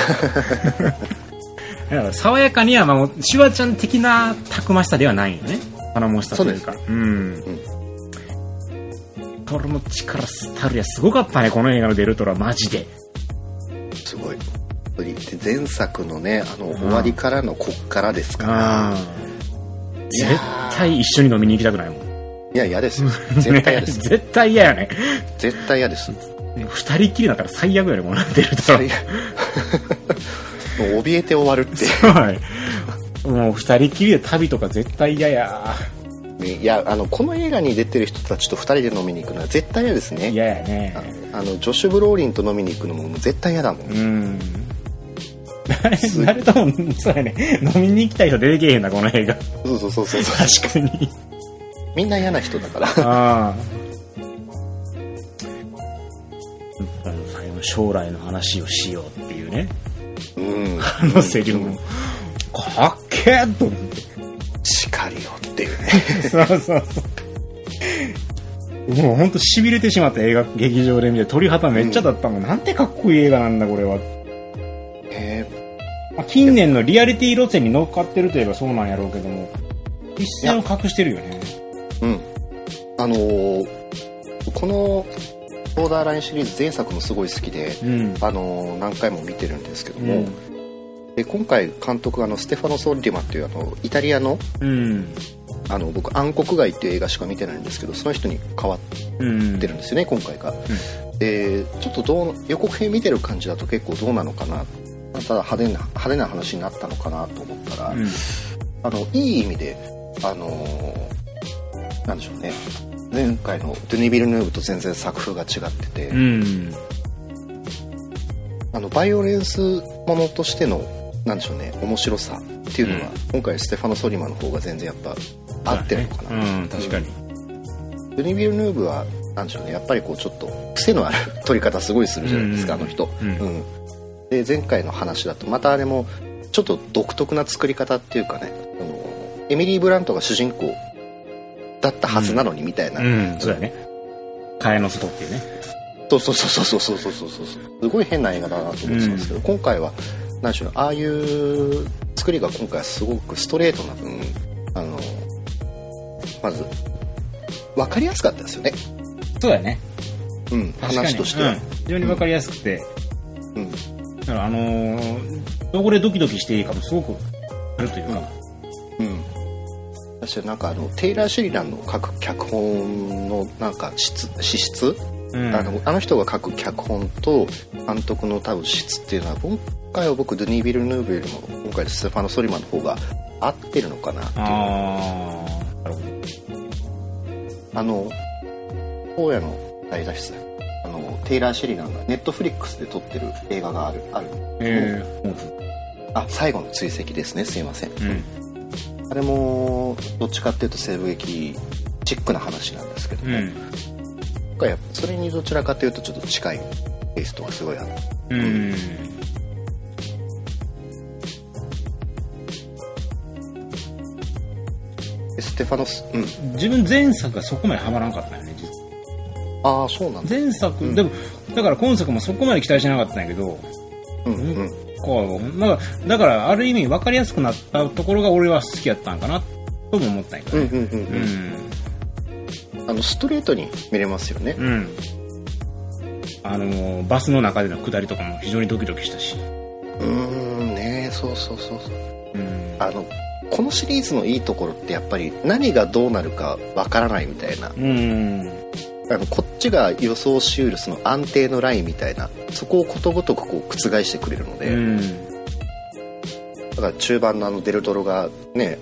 Speaker 1: から爽やかには守っシュワちゃん的なたくましさではないよね頼もしさというかうん
Speaker 2: す
Speaker 1: トロの力たるやすごかったねこの映画のデルトラマジです
Speaker 2: ごいで前作のねあの終わりからのこっからですから、いや
Speaker 1: 絶
Speaker 2: ー
Speaker 1: 対一緒に飲みに行きたくないもん
Speaker 2: いや嫌ですよ絶対嫌です
Speaker 1: 絶対嫌やね
Speaker 2: 絶対嫌です
Speaker 1: ね二人っきりだから最悪やね、もうなってると。
Speaker 2: 最悪もう 怯えて終わるって
Speaker 1: はい。 もう二人っきりで旅とか絶対嫌や。
Speaker 2: ねいやあのこの映画に出てる人たちと2人で飲みに行くのは絶対嫌ですね
Speaker 1: 嫌やね。
Speaker 2: あのジョシュ・ブローリンと飲みに行くのも絶対嫌だもん、
Speaker 1: うん。誰、誰とも、そうやね。飲みに行きたい人出てけえへんな、この映画。
Speaker 2: そうそうそうそうそう
Speaker 1: 確かに。
Speaker 2: みんな嫌な人だから
Speaker 1: ああ。あの最後将来の話をしようっていうね。
Speaker 2: うん
Speaker 1: あのセリフも。かっけえと思って。
Speaker 2: 叱りよっていうね
Speaker 1: そうそうそう。もうほんと痺れてしまった映画劇場で見て鳥肌めっちゃだったもん、なんてかっこいい映画なんだこれは、
Speaker 2: え
Speaker 1: まあ、近年のリアリティ路線に乗っかってるといえばそうなんやろうけども一線を隠してるよね
Speaker 2: ーうんあのーこの「ボーダーライン」シリーズ前作もすごい好きで、
Speaker 1: うん
Speaker 2: あのー何回も見てるんですけど
Speaker 1: う
Speaker 2: も、
Speaker 1: ん
Speaker 2: で今回監督あのステファノ・ソッリマっていうあのイタリアの
Speaker 1: うん
Speaker 2: あの僕「暗黒街」っていう映画しか見てないんですけどその人に変わっ
Speaker 1: うん
Speaker 2: てるんですよね、今回が、でちょっとどう予告編見てる感じだと結構どうなのかなただ派手な派手な話になったのかなと思ったら、
Speaker 1: うん
Speaker 2: あのいい意味であのーなんでしょうね前回のデュニ・ビルヌーブと全然作風が違ってて、
Speaker 1: うん
Speaker 2: あのバイオレンスものとしてのなんでしょうね面白さっていうのは、
Speaker 1: う
Speaker 2: 今回ステファノ・ソリマの方が全然やっぱ合ってるのかな、
Speaker 1: うん確かに
Speaker 2: ドゥニ・ビルヌーブはなんでしょうねやっぱりこうちょっと癖のある取り方すごいするじゃないですか、
Speaker 1: うん
Speaker 2: あの人、
Speaker 1: うん
Speaker 2: うんで前回の話だとまたあれもちょっと独特な作り方っていうかねあのエミリー・ブラントが主人公だったはずなのにみたいな、
Speaker 1: うんそうだね替えの外っていうね
Speaker 2: そうそうそうそうそうそうそうそうすごい変な映画だなと思ってたんですけど、今回は何でしょうねああいう作りが今回はすごくストレートな分あのまず分かりやすかったですよね、
Speaker 1: そうだね
Speaker 2: うん、
Speaker 1: 確かに
Speaker 2: 話としては、
Speaker 1: うん非常に分かりやすくて、
Speaker 2: うん
Speaker 1: だからあのーどこでドキドキしていいかもすごくあるというか、
Speaker 2: うん、私はなんかあのテイラー・シェリランの書く脚本のなんか質資質、
Speaker 1: うん
Speaker 2: あのあの人が書く脚本と監督の多分質っていうのは今回は僕ドゥニー・ビル・ヌーブよりも今回ステファノ・ソリマンの方が合ってるのかなっていうあ
Speaker 1: ああなるほど
Speaker 2: の荒野の大脱出あのテイラー・シェリランがネットフリックスで撮ってる映画があるある
Speaker 1: ええ
Speaker 2: あ最後の追跡ですねすいません
Speaker 1: うん
Speaker 2: あれもどっちかっていうと西部劇チックな話なんですけど
Speaker 1: う
Speaker 2: も、
Speaker 1: ん
Speaker 2: 今回はそれにどちらかというとちょっと近いテイストがすごいある
Speaker 1: うん
Speaker 2: でステファノスうん
Speaker 1: 自分前作がそこまでハマらんかったよね実は
Speaker 2: ああそうなんだ
Speaker 1: 前作、
Speaker 2: うん
Speaker 1: でもだから今作もそこまで期待してなかったんやけど
Speaker 2: うんうん
Speaker 1: こうなんかだからある意味分かりやすくなったところが俺は好きやったんかなとも思ったんやけ
Speaker 2: う
Speaker 1: ど
Speaker 2: ん
Speaker 1: ね
Speaker 2: うんうんうんあのストレートに見れますよね
Speaker 1: うん、うんあのーバスの中での下りとかも非常にドキドキしたし
Speaker 2: うーんねえそうそうそうそ
Speaker 1: う
Speaker 2: う
Speaker 1: ん
Speaker 2: あのこのシリーズのいいところってやっぱり何がどうなるかわからないみたいな
Speaker 1: うん
Speaker 2: あのこっちが予想しうるその安定のラインみたいなそこをことごとくこう覆してくれるので、
Speaker 1: うん
Speaker 2: だから中盤のあのデルトロがね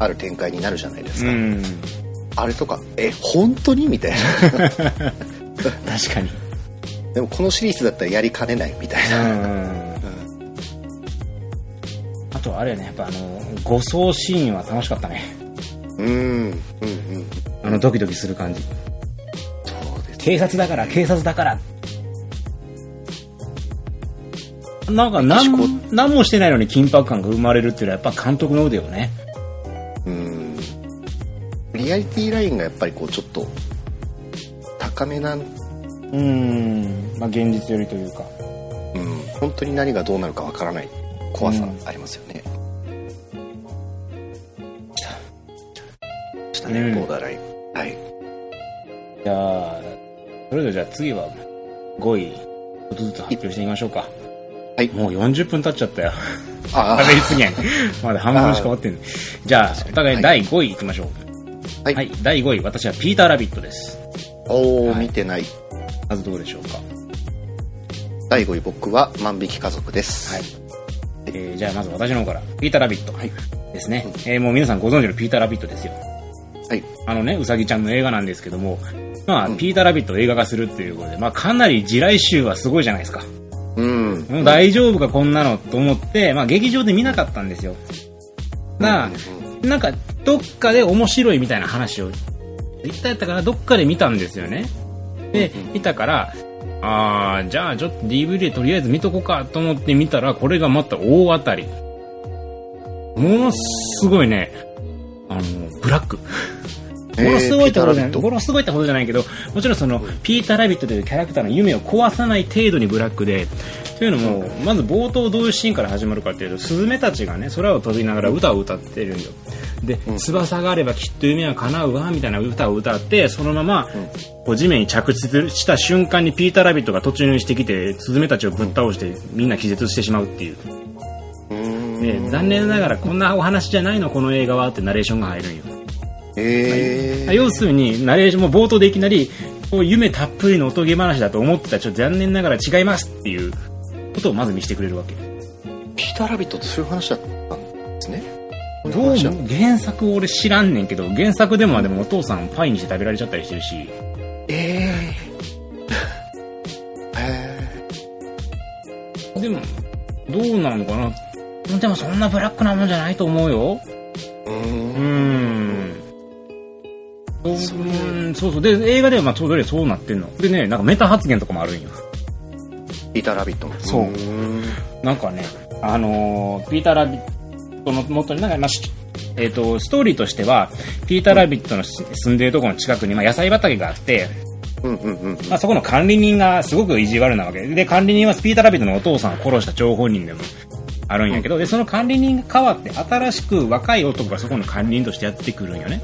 Speaker 2: ある展開になるじゃないです
Speaker 1: う
Speaker 2: か、
Speaker 1: ん
Speaker 2: あれとかえ本当にみたいな
Speaker 1: 確かに
Speaker 2: でもこのシリーズだったらやりかねないみたいな、
Speaker 1: あとあれやねやっぱあの護送シーンは楽しかったね
Speaker 2: うん、うんうん
Speaker 1: あのドキドキする感じ
Speaker 2: そうです
Speaker 1: 警察だから警察だからなんか何も
Speaker 2: メキ
Speaker 1: 何もしてないのに緊迫感が生まれるっていうのはやっぱ監督の腕よね
Speaker 2: うんリアリティラインがやっぱりこうちょっと高めなん、うん、
Speaker 1: うんまあ現実よりというか
Speaker 2: 本当に何がどうなるかわからない怖さありますよね、したね、
Speaker 1: うん
Speaker 2: ボーダーラインはい
Speaker 1: じゃあそれぞれじゃあ次は5位ちょっとずつ発表してみましょうか
Speaker 2: はい
Speaker 1: もう40分経っちゃったよ
Speaker 2: あ
Speaker 1: 喋りすぎやん。まだ半分しか終わってんねんじゃあ、お互い第5位行きましょう。
Speaker 2: はい
Speaker 1: 第5位、私はピーター・ラビットです。
Speaker 2: あおお、
Speaker 1: はい
Speaker 2: 見てない
Speaker 1: まずどうでしょうか。
Speaker 2: 第5位僕は「万引き家族」です、
Speaker 1: はいえーじゃあまず私の方から、ピーターラビット。ですね。えーもう皆さんご存知のピーターラビットですよ。
Speaker 2: はい
Speaker 1: あのね、うさぎちゃんの映画なんですけども、まあ、ピーターラビットを映画化するっていうことで、まあ、かなり地雷集はすごいじゃないですか。
Speaker 2: うん
Speaker 1: もう大丈夫か、こんなのと思って、まあ、劇場で見なかったんですよ。が、なんか、どっかで面白いみたいな話を、一体やったかな、どっかで見たんですよね。で、見たから、あー、じゃあちょっと DVD とりあえず見とこうかと思って見たら、これがまた大当たり。ものすごいね、あの、ブラック。ものすごいところじゃない、ものすごいってことじゃないけど、もちろんその、ピーター・ラビットというキャラクターの夢を壊さない程度にブラックで、というのも、まず冒頭どういうシーンから始まるかっていうと、スズメたちがね、空を飛びながら歌を歌ってるんよ。で、翼があればきっと夢は叶うわ、みたいな歌を歌って、そのまま、こう地面に着地するした瞬間にピーター・ラビットが突入してきて、スズメたちをぶっ倒して、みんな気絶してしまうっていう。で残念ながら、こんなお話じゃないの、この映画はってナレーションが入るんよ。
Speaker 2: え
Speaker 1: 要するにナレーションも冒頭でいきなりこう夢たっぷりのおとぎ話だと思ってたらちょっと残念ながら違いますっていうことをまず見せてくれるわけ
Speaker 2: ピーター・ラビットってそういう話だったんですね
Speaker 1: どうも原作俺知らんねんけど原作でもでもお父さんパイにして食べられちゃったりしてるし
Speaker 2: ええへ
Speaker 1: でもどうなのかなでもそんなブラックなもんじゃないと思うよ
Speaker 2: え
Speaker 1: う
Speaker 2: う
Speaker 1: ー
Speaker 2: ん
Speaker 1: んうーんそうそうで映画ではまあちょうどそうなってんのでねなんかメタ発言とかもあるんよ
Speaker 2: ピーター・ラビットの
Speaker 1: そうんなんかね、あのーピーター・ラビットの元になんか、まあしえー、とストーリーとしてはピーター・ラビットのし住んでるところの近くに、まあ、野菜畑があって、
Speaker 2: うんうんうん
Speaker 1: まあ、そこの管理人がすごく意地悪なわけでで管理人はピーター・ラビットのお父さんを殺した張本人でもあるんやけど、でその管理人が変わって新しく若い男がそこの管理人としてやってくるんよね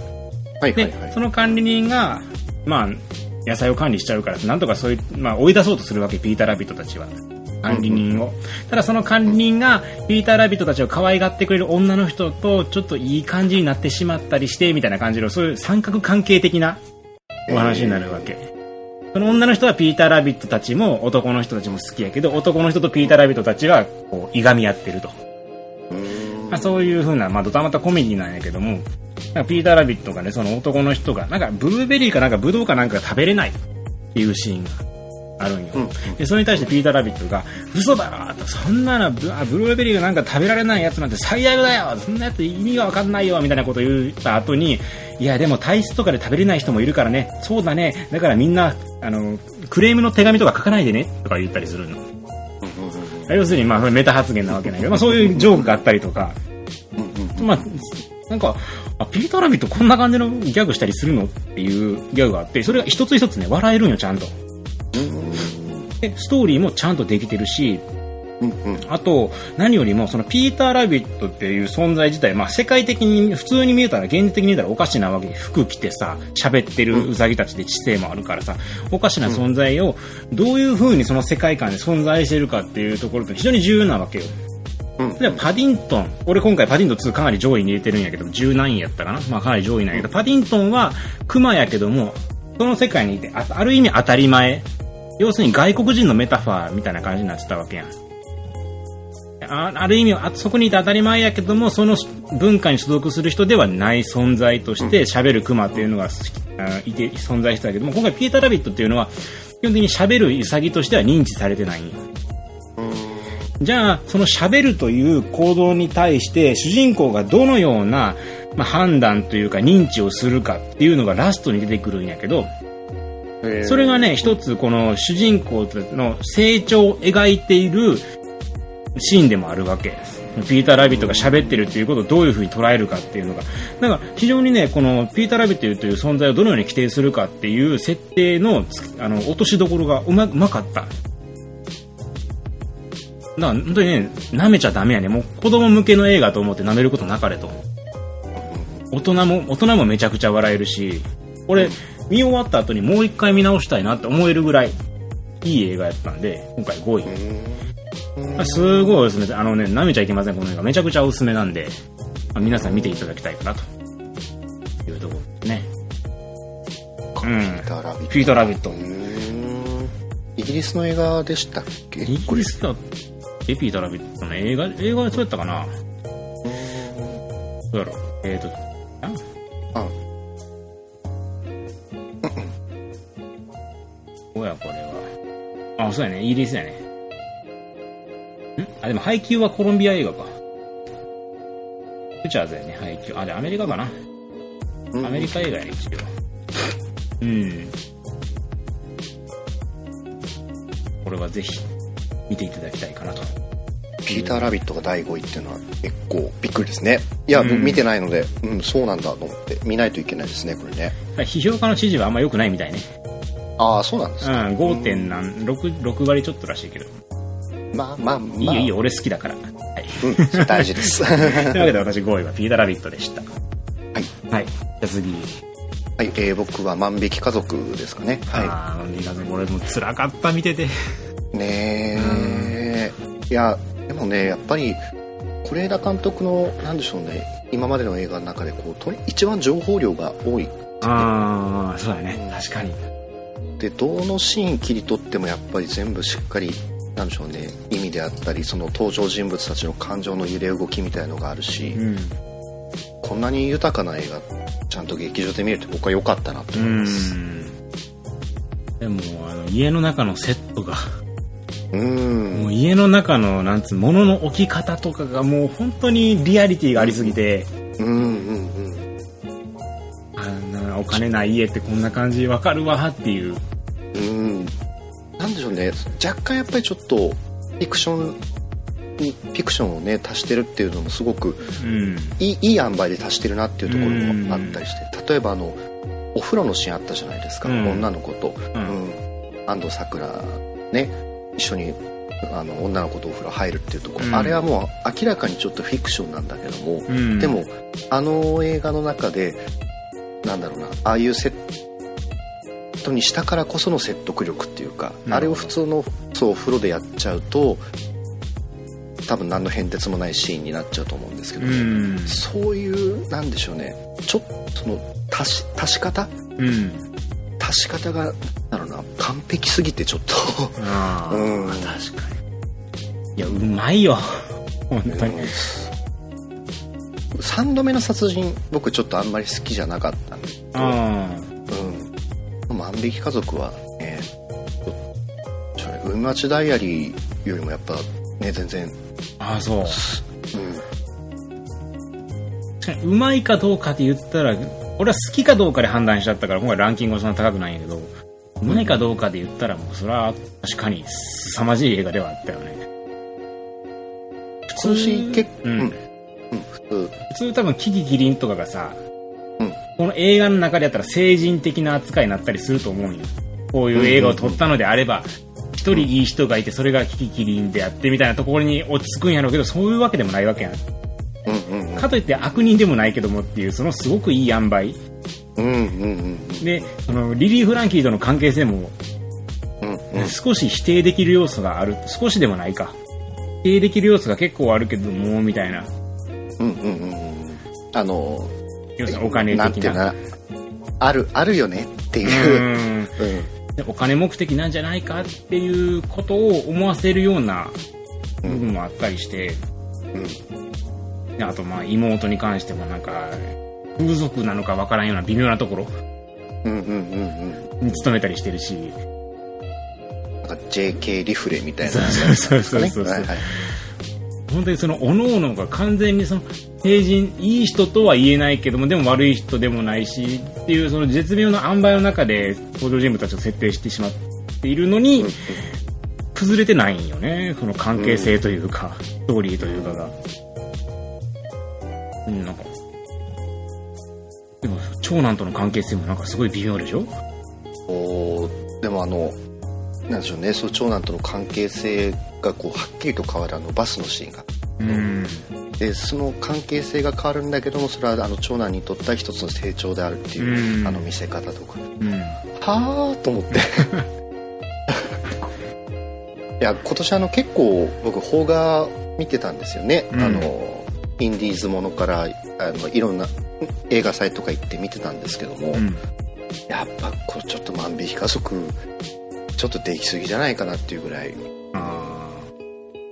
Speaker 2: はいは
Speaker 1: で、
Speaker 2: いはい
Speaker 1: その管理人が、まあ、野菜を管理しちゃうからなんとかそういう、まあ、追い出そうとするわけピーター・ラビットたちは管理人を、ただその管理人がピーター・ラビットたちを可愛がってくれる女の人とちょっといい感じになってしまったりしてみたいな感じのそういう三角関係的なお話になるわけ、その女の人はピーター・ラビットたちも男の人たちも好きやけど男の人とピーター・ラビットたちはこういがみ合ってるとまあ、そういう風な、まあ、ドタマタコメディなんやけども、なんかピーター・ラビットがね、その男の人が、なんかブルーベリーかなんかブドウかなんかが食べれないっていうシーンがあるんよ。で、それに対してピーター・ラビットが、嘘だろとそんなのブあブルーベリーがなんか食べられないやつなんて最悪だよそんなやつ意味がわかんないよみたいなことを言った後に、いや、でも体質とかで食べれない人もいるからね、そうだね、だからみんな、あの、クレームの手紙とか書かないでね、とか言ったりするの。要するに、まあ、それメタ発言なわけないけど、まあ、そういうジョークがあったりとか、まあ、なんか、あピーター・ラビットこんな感じのギャグしたりするのっていうギャグがあって、それが一つ一つね、笑えるんよ、ちゃんと。で、ストーリーもちゃんとできてるし、あと、何よりも、そのピーター・ラビットっていう存在自体、まあ、世界的に、普通に見えたら、現実的に見えたらおかしなわけで、服着てさ、喋ってるウサギたちで知性もあるからさ、おかしな存在を、どういう風にその世界観で存在してるかっていうところって非常に重要なわけよ。でパディントン、俺今回パディントン2かなり上位に入れてるんやけど、10何位やったかなまあかなり上位なんやけど、パディントンはクマやけども、その世界にいて、あある意味当たり前。要するに外国人のメタファーみたいな感じになってたわけやん。あある意味あそこにいて当たり前やけどもその文化に所属する人ではない存在として喋るクマっていうのが、あいて存在してたけども今回ピーター・ラビットっていうのは基本的に喋るウサギとしては認知されてないんよじゃあその喋るという行動に対して主人公がどのような、まあ、判断というか認知をするかっていうのがラストに出てくるんやけど
Speaker 2: えー
Speaker 1: それがね、一つこの主人公の成長を描いているシーンでもあるわけです。ピーター・ラビットが喋ってるっていうことをどういうふうに捉えるかっていうのが、なんか非常にね、このピーター・ラビットという存在をどのように規定するかっていう設定のつあの落としどころがうまうまかった。だから本当にね、舐めちゃダメやね。もう子供向けの映画と思って舐めることなかれと。大人も、大人もめちゃくちゃ笑えるし、これ、見終わった後にもう一回見直したいなって思えるぐらい、いい映画やったんで、今回5位。あすごいおすすめです。あのね、舐めちゃいけません、この映画。めちゃくちゃおすすめなんで、まあ皆さん見ていただきたいかな、というところですね。
Speaker 2: ピ
Speaker 1: うん
Speaker 2: ーター・ラビット
Speaker 1: ピーター・ラビット。
Speaker 2: うーんいイギリスの映画でしたっけ
Speaker 1: イギリスだエピータラビットの映画映画でそうやったかなどうやろうえっ、ー、とあ
Speaker 2: あ
Speaker 1: どうやこれはあそうやねイギリスやねんあでも配給はコロンビア映画かフューチャーズやね配給あれアメリカかな
Speaker 2: うん
Speaker 1: アメリカ映画やね一応うんこれはぜひ見ていただきたいかなと
Speaker 2: ピーター・ラビットが第5位っていうのは結構びっくりですねいや、
Speaker 1: うん
Speaker 2: 見てないのでうんそうなんだと思って見ないといけないですねこれね
Speaker 1: 批評家の支持はあんま良くないみたいね。
Speaker 2: ああそうなんで
Speaker 1: う
Speaker 2: す
Speaker 1: ん、
Speaker 2: か、
Speaker 1: 5. 点なん、6, 6割ちょっとらしいけど。
Speaker 2: まあまあま
Speaker 1: いいよ
Speaker 2: あ
Speaker 1: いいよ、俺好きだから。はい。
Speaker 2: うん、大事です は
Speaker 1: というわけで私5位はピーターラビットでした。
Speaker 2: い、
Speaker 1: はい。じゃあ次。
Speaker 2: はいえー僕は「万引き家族」ですかねは
Speaker 1: ああ、ミカ君、これもう辛かった、見てて。
Speaker 2: いねえいやでもねやっぱり是枝監督のなんでしょうね今までの映画の中でこうとに一番情報量が多い
Speaker 1: ああ、そうだね。確かに。
Speaker 2: でどのシーン切り取ってもやっぱり全部しっかりなんでしょうね意味であったりその登場人物たちの感情の揺れ動きみたいのがあるし、
Speaker 1: うん。
Speaker 2: こんなに豊かな映画ちゃんと劇場で見れて僕は良かったなと
Speaker 1: う
Speaker 2: 思います
Speaker 1: ん。でも、あの、家の中のセットが、
Speaker 2: うん
Speaker 1: もう家の中の、なんつう、物の置き方とかがもう本当にリアリティがありすぎて、
Speaker 2: うんうんうん
Speaker 1: あんなお金ない家ってこんな感じわかるわっていう。
Speaker 2: うんなんでしょうね若干やっぱりちょっとフィクションにフィクションをね足してるっていうのもすごく
Speaker 1: うん。
Speaker 2: いいいい塩梅で足してるなっていうところもあったりして例えばあのお風呂のシーンあったじゃないですか、
Speaker 1: うん
Speaker 2: 女の子と、
Speaker 1: う
Speaker 2: うんん安藤サクラね一緒にあの女の子とお風呂入るっていうところ、
Speaker 1: うん
Speaker 2: あれはもう明らかにちょっとフィクションなんだけども、
Speaker 1: うん
Speaker 2: でもあの映画の中でなんだろうなああいうセットにしたからこその説得力っていうか、
Speaker 1: うん
Speaker 2: あれを普通のそうお風呂でやっちゃうと多分何の変哲もないシーンになっちゃうと思うんですけど、
Speaker 1: うん
Speaker 2: そういうなんでしょうねちょっとその足し足し方
Speaker 1: うん
Speaker 2: 足し方がなんだろうな完璧すぎてちょっと
Speaker 1: ああ、
Speaker 2: うん
Speaker 1: 確かにいやうまいよ本当に
Speaker 2: 3度目の殺人僕ちょっとあんまり好きじゃなかったんで
Speaker 1: あ
Speaker 2: うん、万引き家族はねちょっと海町ダイアリーよりもやっぱね全然
Speaker 1: ああそう
Speaker 2: うん
Speaker 1: 確かにうまいかどうかって言ったら俺は好きかどうかで判断しちゃったから今回ランキングはそんな高くないんやけどうまいかどうかで言ったらもうそれは確かに凄まじい映画ではあったよね
Speaker 2: 今年結構、
Speaker 1: う
Speaker 2: うんんうん、普通
Speaker 1: 普通多分キキキリンとかがさ、
Speaker 2: うん
Speaker 1: この映画の中でやったら成人的な扱いになったりすると思うんよこういう映画を撮ったのであれば一、人いい人がいてそれがキキキリンであってみたいなところに落ち着くんやろうけどそういうわけでもないわけやん
Speaker 2: うんうん
Speaker 1: かといって悪人でもないけどもっていうそのすごくいい塩梅
Speaker 2: うんうんうん
Speaker 1: でそのリリー・フランキーとの関係性も
Speaker 2: うんうん
Speaker 1: 少し否定できる要素がある少しでもないか否定できる要素が結構あるけどもみたいな
Speaker 2: うんうんうんうんあの
Speaker 1: 要するにお金
Speaker 2: なんて
Speaker 1: 的
Speaker 2: いう
Speaker 1: な
Speaker 2: のかなあるあるよねっていう、
Speaker 1: うん
Speaker 2: うん
Speaker 1: でお金目的なんじゃないかっていうことを思わせるような部分もあったりして、であとまあ妹に関してもなんか風俗なのかわからんような微妙なところ
Speaker 2: うんうんうんうん
Speaker 1: に勤めたりしてるし
Speaker 2: なんか JK リフレみたいな
Speaker 1: そうそうそうそう
Speaker 2: ね
Speaker 1: そう
Speaker 2: はいはい
Speaker 1: 本当にそのおのおのが完全にその成人いい人とは言えないけどもでも悪い人でもないしっていうその絶妙な塩梅の中で登場人物たちを設定してしまっているのに、崩れてないんよねその関係性というか、ストーリーというかが、うん、なんかでも長男との関係性もなんかすごい微妙でしょ
Speaker 2: おーでもあのなんでしょうねそう長男との関係性がこうはっきりと変わるあのバスのシーンが
Speaker 1: うん
Speaker 2: でその関係性が変わるんだけどもそれはあの長男にとっては一つの成長であるっていう、
Speaker 1: うん
Speaker 2: あの見せ方とか
Speaker 1: うん
Speaker 2: はあと思 っていや今年あの結構僕邦画見てたんですよね、
Speaker 1: うん
Speaker 2: あのインディーズものからあのいろんな映画祭とか行って見てたんですけども、
Speaker 1: うん
Speaker 2: やっぱこれちょっと万引き家族ちょっとできすぎじゃないかなっていうぐらい
Speaker 1: あ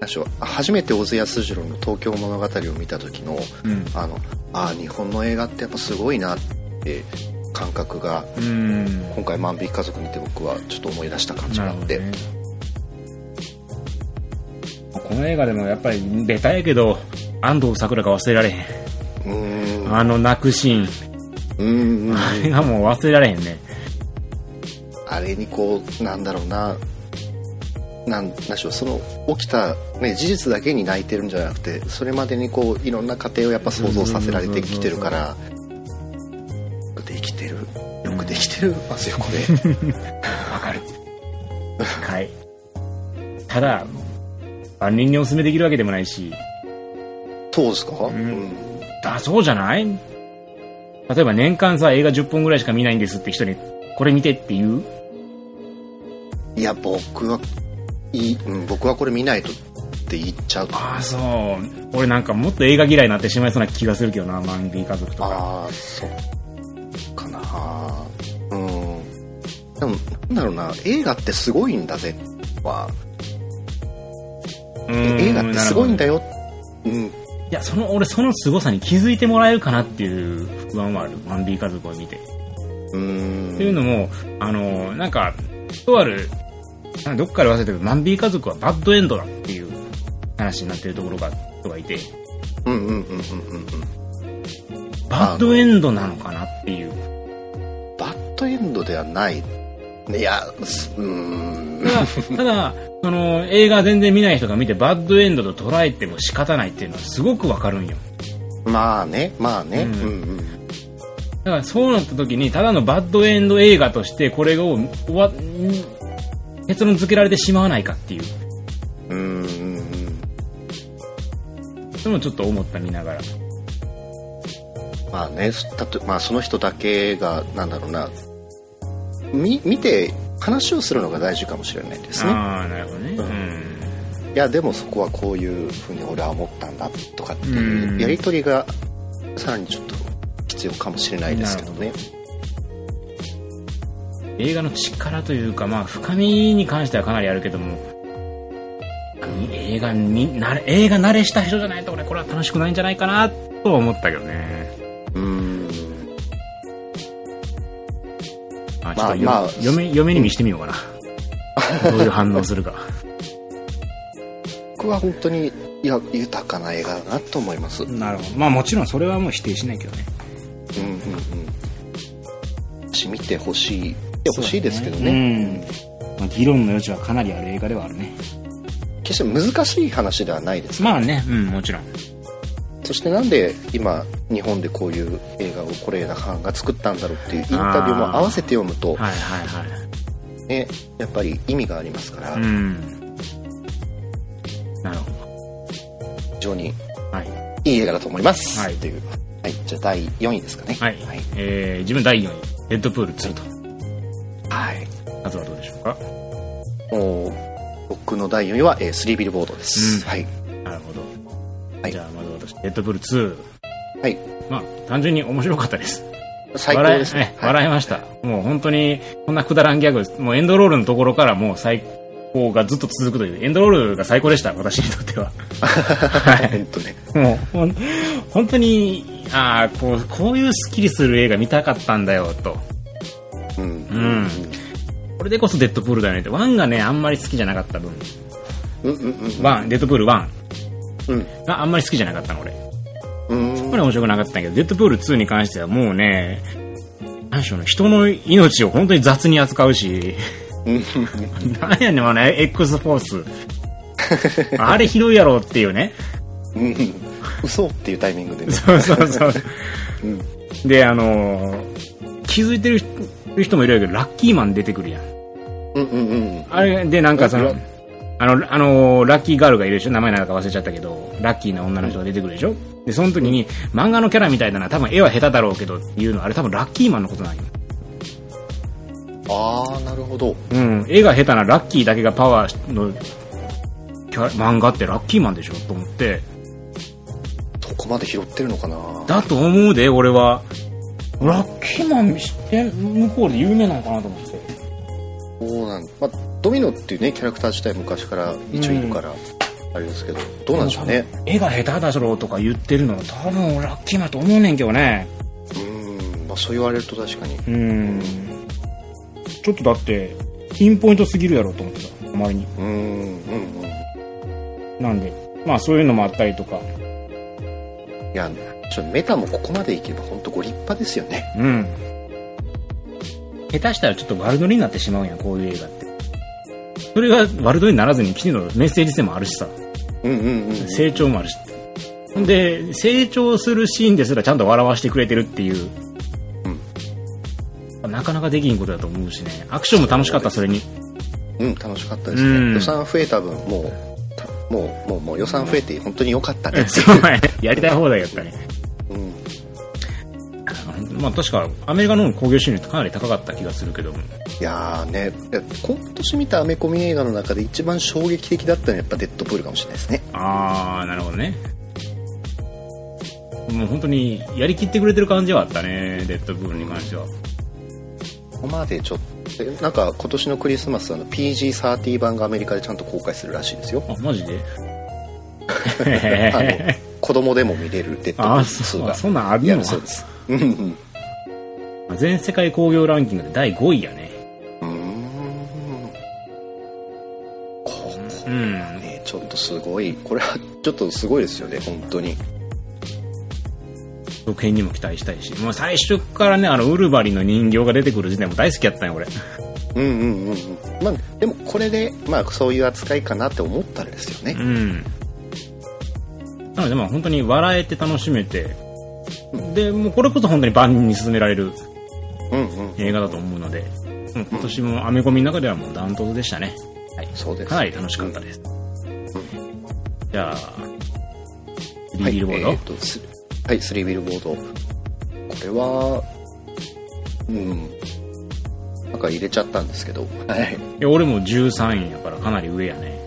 Speaker 2: 私は初めて小津安二郎の「東京物語」を見た時の
Speaker 1: ーうん
Speaker 2: あのあー日本の映画ってやっぱすごいなって感覚が
Speaker 1: うん
Speaker 2: 今回「万引き家族」見て僕はちょっと思い出した感じ
Speaker 1: な
Speaker 2: が
Speaker 1: るほ
Speaker 2: あっ
Speaker 1: ど
Speaker 2: て、
Speaker 1: ねこの映画でもやっぱりベタやけど安藤サクラが忘れられへん
Speaker 2: うーん
Speaker 1: あの泣くシーン
Speaker 2: うーん
Speaker 1: あれがもう忘れられへんね
Speaker 2: あれにこうなんだろうななんなんでしょうその起きた、ね、事実だけに泣いてるんじゃなくてそれまでにこういろんな過程をやっぱ想像させられてきてるからよくできてるよくできてるますよこ れ
Speaker 1: わかる はいただ万人におすすめできるわけでもないし
Speaker 2: そうですか、うんん、
Speaker 1: だそうじゃない例えば年間さ映画10本ぐらいしか見ないんですって人にこれ見てって言う
Speaker 2: いや僕はいい、うん、僕はこれ見ないとって言っちゃう
Speaker 1: ああそう俺なんかもっと映画嫌いになってしまいそうな気がするけどな万人家族とか
Speaker 2: ああそうかなうんでもなんだろうな映画ってすごいんだぜは
Speaker 1: うーん
Speaker 2: 映画ってすごいんだ
Speaker 1: なる
Speaker 2: ようん
Speaker 1: ほどいやその俺その凄さに気づいてもらえるかなっていう不安はある万人家族を見て
Speaker 2: うーん
Speaker 1: というのも、あの、なんか、とある、なんかどっから忘れたけど、マンビー家族はバッドエンドだっていう話になってるところが、人がいて、
Speaker 2: うんうんうんうんうんうん
Speaker 1: バッドエンドなのかなっていう。
Speaker 2: バッドエンドではないいやすうーん
Speaker 1: ただ、ただその、映画全然見ない人が見て、バッドエンドと捉えても仕方ないっていうのはすごくわかるんよ。
Speaker 2: まあねまあね、う、
Speaker 1: うんん
Speaker 2: うん
Speaker 1: だからそうなった時に、ただのバッドエンド映画として、これを、終わ、結論付けられてしまわないかっていう。
Speaker 2: うんうんうんうん
Speaker 1: それもちょっと思った見ながら。
Speaker 2: まあねたと、まあ、その人だけがなんだろうなみ見て話をするのが大事かもしれないですね
Speaker 1: ああ、なるほどね。うん
Speaker 2: いやでもそこはこういうふうに俺は思ったんだとかって
Speaker 1: う
Speaker 2: い
Speaker 1: ん
Speaker 2: うやり取りがさらにちょっと必要かもしれないですけどね
Speaker 1: 映画の力というか、まあ、深みに関してはかなりあるけども映画になれ映画慣れした人じゃないと俺これは楽しくないんじゃないかなとは思ったけどね
Speaker 2: うん
Speaker 1: あちょっとよ、
Speaker 2: まあまあ
Speaker 1: 嫁嫁に見してみよ うかなどういう反応するか
Speaker 2: 僕は本当にいや豊かな映画だなと思います、うん
Speaker 1: なるほどまあもちろんそれはもう否定しないけどね
Speaker 2: うんうんし見てほしい見てほしいですけどね
Speaker 1: うんまあ、議論の余地はかなりある映画ではあるね
Speaker 2: 決して難しい話ではないです
Speaker 1: まあねうんもちろん
Speaker 2: そしてなんで今日本でこういう映画を是枝ンが作ったんだろうっていうインタビューも合わせて読むと、
Speaker 1: はいはいはい
Speaker 2: ね、やっぱり意味がありますから、
Speaker 1: うんなるほど
Speaker 2: 非常に
Speaker 1: はい
Speaker 2: いい映画だと思います。
Speaker 1: はい
Speaker 2: という。はい。じゃあ第4位ですかね。
Speaker 1: はい、
Speaker 2: はい。
Speaker 1: えー、自分第4位デッドプール2と
Speaker 2: はい
Speaker 1: あとはどうでしょうか
Speaker 2: もう僕の第4位は、えー、スリービルボードです。
Speaker 1: うん
Speaker 2: はい。
Speaker 1: なるほど、
Speaker 2: はい
Speaker 1: じゃあまず私デッドプール2
Speaker 2: はい。
Speaker 1: まあ単純に面白かったです
Speaker 2: 最高です
Speaker 1: 笑。い,、
Speaker 2: ねはい
Speaker 1: 笑いましたもう本当にこんなくだらんギャグもうエンドロールのところからもう最高がずっと続くというエンドロールが最高でした私にとってはは
Speaker 2: えっとね。
Speaker 1: いもうほん本当にああこうこういうスッキリする映画見たかったんだよと
Speaker 2: うん。
Speaker 1: うんこれでこそデッドプールだよねってワンがねあんまり好きじゃなかった分
Speaker 2: うんうんうん。
Speaker 1: ワンデッドプール1
Speaker 2: うん。
Speaker 1: があんまり好きじゃなかったの俺
Speaker 2: うん
Speaker 1: こ。れは面白くなかったんやけどデッドプール2に関してはもうね何でしょうね人の命を本当に雑に扱うしなんやねんあの X フォースあれひどいやろっていうね
Speaker 2: うん。嘘っていうタイミングでね。
Speaker 1: そうそうそう、であのー気づいてる人人もいるやけどラッキーマン出てくるやん
Speaker 2: うんうんうん。
Speaker 1: あれでなんかそのあの、あのーラッキーガールがいるでしょ名前なんか忘れちゃったけど、ラッキーな女の人が出てくるでしょで、その時に、漫画のキャラみたいだな、多分絵は下手だろうけどっていうのは、あれ多分ラッキーマンのことなんよ。
Speaker 2: ああ、なるほど。
Speaker 1: うん、絵が下手なラッキーだけがパワーのキャラ漫画ってラッキーマンでしょと思って、
Speaker 2: そこまで拾ってるのかな。は
Speaker 1: だと思うで、俺は。ラッキーマン知って、向こうで有名なのかなと思って。
Speaker 2: そうなんまあ、ドミノっていうねキャラクター自体昔から一応いるから、あれですけどどうなんでしょうね
Speaker 1: 絵が下手だろうとか言ってるのは多分俺ラッキーマンと思うねんけどね
Speaker 2: うん、まあ、そう言われると確かに
Speaker 1: うんちょっとだってピンポイントすぎるやろうと思ってたあまりに
Speaker 2: うんうんうん
Speaker 1: なんでまあそういうのもあったりとか
Speaker 2: いやちょメタもここまでいけば本当ご立派ですよね
Speaker 1: うん下手したらちょっと悪乗りになってしまうんやこういう映画ってそれが悪乗りにならずにきちんとメッセージ性もあるしさ
Speaker 2: うんうんうん
Speaker 1: 成長もあるしほんで成長するシーンですらちゃんと笑わせてくれてるっていう、なかなかできんことだと思うしねアクションも楽しかったそれに
Speaker 2: うん楽しかったですね、
Speaker 1: うん
Speaker 2: 予算増えた分もうたもうもうもう予算増えて本当に良かったねっ て
Speaker 1: そ
Speaker 2: いう
Speaker 1: ねやりたい放題やったね
Speaker 2: う、うん、
Speaker 1: まあ確かアメリカの方の興行収入ってかなり高かった気がするけども
Speaker 2: いやーねいや今年見たアメコミ映画の中で一番衝撃的だったのはやっぱデッドプールかもしれないですね
Speaker 1: ああなるほどねもう本当にやりきってくれてる感じはあったねデッドブルに関しては
Speaker 2: ここまでちょっとえなんか今年のクリスマスあの PG-30 版がアメリカでちゃんと公開するらしいですよ
Speaker 1: あマジで
Speaker 2: あの子供でも見れるデッドプ ー
Speaker 1: あ
Speaker 2: ル
Speaker 1: あ
Speaker 2: 2
Speaker 1: そう
Speaker 2: が
Speaker 1: あそんなんある
Speaker 2: や
Speaker 1: の
Speaker 2: るそうですうんうん
Speaker 1: 全世界興行ランキングで第5位やね
Speaker 2: うーんここ
Speaker 1: うん
Speaker 2: ねちょっとすごいこれはちょっとすごいですよね本当に
Speaker 1: 続編にも期待したいしもう最初からねあのウルヴァリンの人形が出てくる時点も大好きやったんよ俺
Speaker 2: うんうんうんうんまあでもこれでまあそういう扱いかなって思ったんですよね
Speaker 1: うんなのでまあ本当に笑えて楽しめてでもうこれこそ本当に万人に勧められる
Speaker 2: うんうん
Speaker 1: 映画だと思うので、うん今年もアメコミの中ではもうダントツでしたね、はい、
Speaker 2: そうです
Speaker 1: かなり楽しかったです、じゃあリ
Speaker 2: は
Speaker 1: ー
Speaker 2: い
Speaker 1: ビルボード、
Speaker 2: えーとすはいスリービルボードこれはうんなんか入れちゃったんですけどはい
Speaker 1: いや俺も13位やからかなり上やね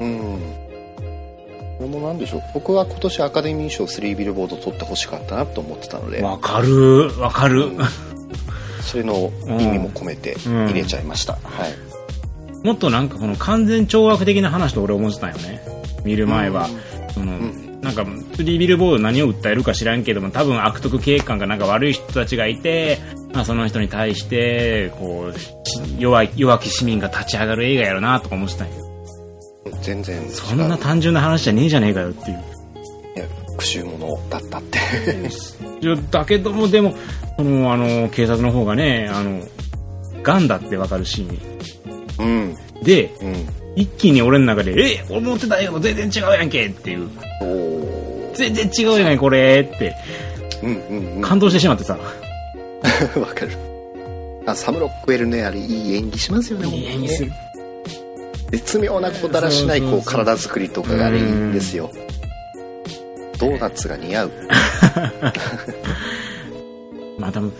Speaker 2: うんこれもなんでしょう僕は今年アカデミー賞スリービルボード取ってほしかったなと思ってたので
Speaker 1: わかるわかる
Speaker 2: それの意味も込めて
Speaker 1: うん
Speaker 2: 入れちゃいました、はい
Speaker 1: もっとなんかこの完全懲悪的な話と俺思ってたんよね見る前は、そのなんかスリービルボード何を訴えるか知らんけども多分悪徳警官がなんか悪い人たちがいて、まあ、その人に対してこうし弱い弱き市民が立ち上がる映画やろなとか思ってたんよ
Speaker 2: 全然違う
Speaker 1: そんな単純な話じゃねえじゃねえかよ っていう
Speaker 2: いや復讐者だったって
Speaker 1: いやだけどもでもそのあの警察の方がねあのガンだってわかるシー
Speaker 2: うん
Speaker 1: ンで
Speaker 2: うん
Speaker 1: 一気に俺の中で「え思ってたよ全然違うやんけ」っていう
Speaker 2: お
Speaker 1: 「
Speaker 2: ー
Speaker 1: 全然違うやんこれ」って
Speaker 2: うんうんうんわ
Speaker 1: 感動してしまってさ
Speaker 2: かるあサム・ロックウェルねあれいい演技しますよね
Speaker 1: いい演技する
Speaker 2: 絶妙なこうだらしない
Speaker 1: そ
Speaker 2: こ
Speaker 1: うそ
Speaker 2: う
Speaker 1: うそう
Speaker 2: 体作りとかがあれいいんですよドーナツが似合う
Speaker 1: まあ多分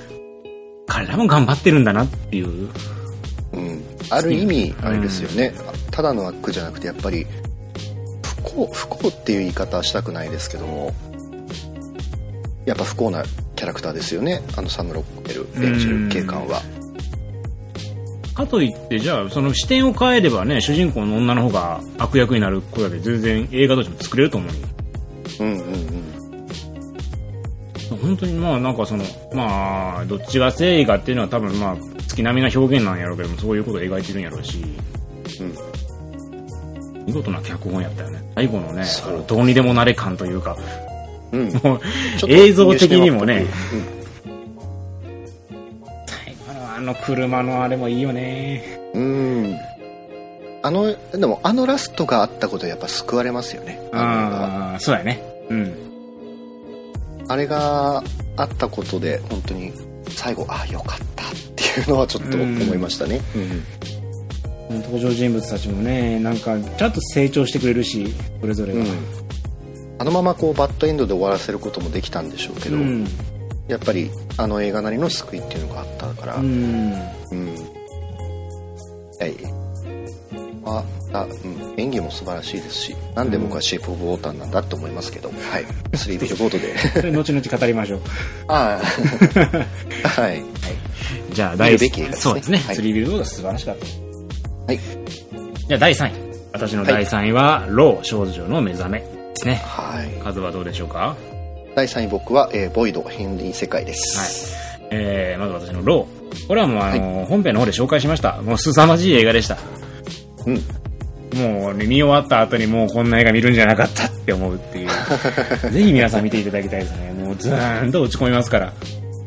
Speaker 1: 彼らも頑張ってるんだなっていう
Speaker 2: うんある意味
Speaker 1: うん
Speaker 2: あれですよね、ただの悪じゃなくてやっぱり不幸不幸っていう言い方はしたくないですけどもやっぱ不幸なキャラクターですよねあのサム・ロックウェル演じる警官は
Speaker 1: かといってじゃあその視点を変えればね主人公の女の方が悪役になることで全然映画としても作れると思うよ
Speaker 2: うんうんうん
Speaker 1: 本当にまあなんかそのまあどっちが正義かっていうのは多分まあ月並みな表現なんやろうけどもそういうことを描いてるんやろうし、見事な脚本やったよね最後のね
Speaker 2: そう
Speaker 1: あのどうにでもなれ感というか
Speaker 2: うん
Speaker 1: もう
Speaker 2: ちょっと
Speaker 1: 映像的にもね
Speaker 2: うん
Speaker 1: 最後のあの車のあれもいいよね
Speaker 2: うんあのでもあのラストがあったことでやっぱ救われますよねあ
Speaker 1: ああそうやねうん
Speaker 2: のあれがあったことで本当に最後ああよかったっていうのはちょっと思いましたね
Speaker 1: 登場人物たちもねなんかちゃんと成長してくれるしそれぞれ
Speaker 2: うん、あのままこうバッドエンドで終わらせることもできたんでしょうけど、やっぱりあの映画なりの救いっていうのがあったからうん、はいああうん、演技も素晴らしいですしなんで僕はシェイプ・オブ・ウォーターなんだって思いますけど、はいスリービルボードで
Speaker 1: それ後々語りま しょう
Speaker 2: ああ はい
Speaker 1: じゃあ
Speaker 2: 見
Speaker 1: 第
Speaker 2: るべき映画ですね
Speaker 1: そうですね、
Speaker 2: はい
Speaker 1: スリービルドが素晴らしかった
Speaker 2: はい
Speaker 1: じゃあ第3位。私の第3位は、ロー少女の目覚めですね。
Speaker 2: はい
Speaker 1: 数はどうでしょうか
Speaker 2: 第3位僕は、えーボイド片鱗世界です、
Speaker 1: えー、まず私のロー。これはもうあの、本編の方で紹介しました。もう凄まじい映画でした。
Speaker 2: うん
Speaker 1: もうね見終わった後にもうこんな映画見るんじゃなかったって思うって いう。ぜひ皆さん見ていただきたいですね。もうずーんと落ち込みますから。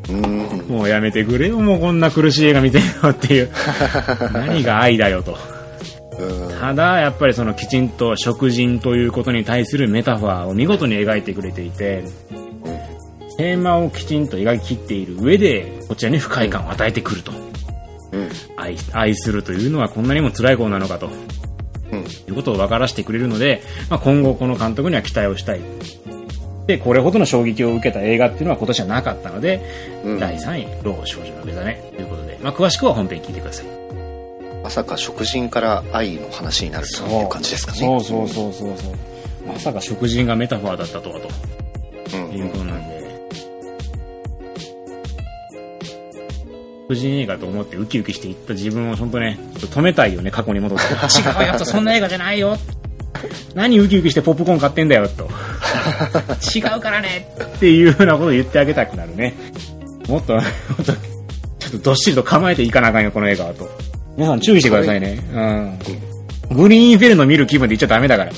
Speaker 2: うん
Speaker 1: もうやめてくれよ、もうこんな苦しい映画見てよって いう。何が愛だよと。
Speaker 2: うん
Speaker 1: ただ、やっぱりそのきちんと食人ということに対するメタファーを見事に描いてくれていて、テーマをきちんと描き切っている上で、こちらに不快感を与えてくると。
Speaker 2: うん
Speaker 1: 愛愛するというのはこんなにも辛いことなのかと。
Speaker 2: うん
Speaker 1: いうことを分からせてくれるので、まあ、今後この監督には期待をしたい。で、これほどの衝撃を受けた映画っていうのは今年はなかったので、
Speaker 2: うん
Speaker 1: 第3位、老少女の目覚めということで、まあ、詳しくは本編聞いてください。
Speaker 2: まさか食人から愛の話になるという感じですかね
Speaker 1: そうそうそうそうそう。まさか食人がメタファーだったとはと
Speaker 2: うん
Speaker 1: いうことなんで。食人映画と思ってウキウキしていった自分を本当ね、ちょっと止めたいよね、過去に 戻って。違うよと、そんな映画じゃないよ。何ウキウキしてポップコーン買ってんだよ と。違うからねっていうようなことを言ってあげたくなるね。もっと、もっと、ちょっとどっしりと構えていかなあかんよ、この映画はと。皆さん注意してくださいね。うん。グリーンインフェルノ見る気分で行っちゃダメだから。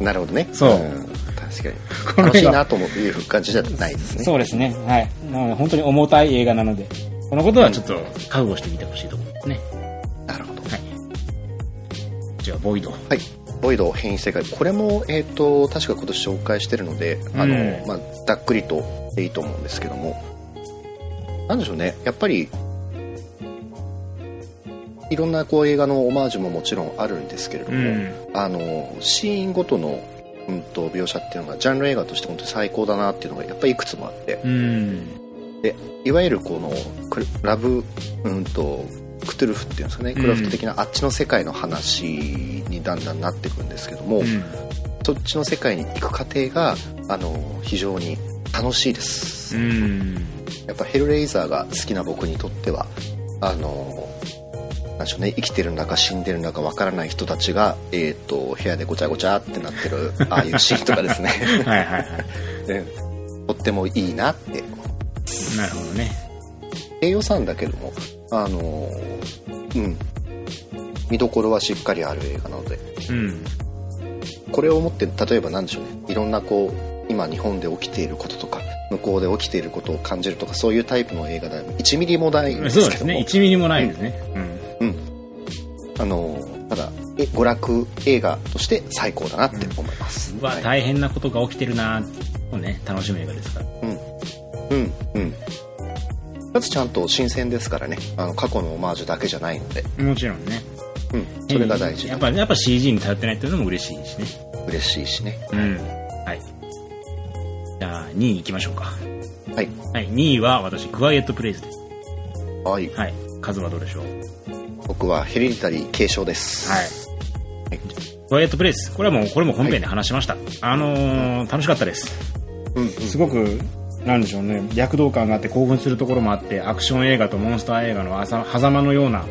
Speaker 2: なるほどね
Speaker 1: そうん
Speaker 2: 確か
Speaker 1: の映画
Speaker 2: に楽しいなという感じじゃないですね
Speaker 1: そうですね。はい。なので本当に重たい映画なので、このことはちょっと覚悟してみてほしいと思いますね。
Speaker 2: なるほど
Speaker 1: はい。じゃあ、ボイド。
Speaker 2: はい、ボイド変異世界これも、えー、と確か今年紹介してるので、あ
Speaker 1: うん
Speaker 2: のまあ、ざっくりとでいいと思うんですけどもなんでしょうねやっぱりいろんなこう映画のオマージュももちろんあるんですけれども、
Speaker 1: うん
Speaker 2: あのシーンごとの、うん、と描写っていうのがジャンル映画として本当に最高だなっていうのがやっぱりいくつもあって
Speaker 1: うん。
Speaker 2: いわゆるこのクルラブ、うん、とクトゥルフっていうんですかね、クラフト的なあっちの世界の話にだんだんなっていくんですけども、
Speaker 1: うん。
Speaker 2: そっちの世界に行く過程があの非常に楽しいです、
Speaker 1: うん。
Speaker 2: やっぱヘルレイザーが好きな僕にとってはあのなんでしょうね、生きてる中死んでる中わからない人たちが、えー、と部屋でごちゃごちゃってなってるああいうシーンとかですね
Speaker 1: はいはいはい。
Speaker 2: うんとってもいいなって
Speaker 1: なるほどね。
Speaker 2: 低予算だけどもあのうん見どころはしっかりある映画なので
Speaker 1: うん。
Speaker 2: これをもって例えば何でしょうねいろんなこう今日本で起きていることとか向こうで起きていることを感じるとかそういうタイプの映画では1ミリもないんで
Speaker 1: そう
Speaker 2: す
Speaker 1: で
Speaker 2: け
Speaker 1: す
Speaker 2: ども、
Speaker 1: ね。1ミリもないですね。
Speaker 2: あのただえ娯楽映画として最高だなって思います、
Speaker 1: うん。うわ、
Speaker 2: はい
Speaker 1: 大変なことが起きてるなもうね、楽しむ映画ですから。
Speaker 2: うんうんかつちゃんと新鮮ですからねあの過去のオマージュだけじゃないので、
Speaker 1: もちろんね。
Speaker 2: うん、それが大事
Speaker 1: やっぱ、やっぱ CG に頼ってないっていうのも嬉しいしね。
Speaker 2: 嬉しいしね
Speaker 1: うん。はい。じゃあ、2位行きましょうか。
Speaker 2: はい
Speaker 1: はい、2位は私、クワイエットプレイスです。
Speaker 2: はい
Speaker 1: はい。数はどうでしょう
Speaker 2: 僕はヘリリタリー継承です
Speaker 1: はい。クワイエットプレイス。これはもう、これも本編で話しました。あのー楽しかったです。
Speaker 2: うんうん
Speaker 1: すごく、なんでしょうね、躍動感があって興奮するところもあって、アクション映画とモンスター映画のあさ狭間のような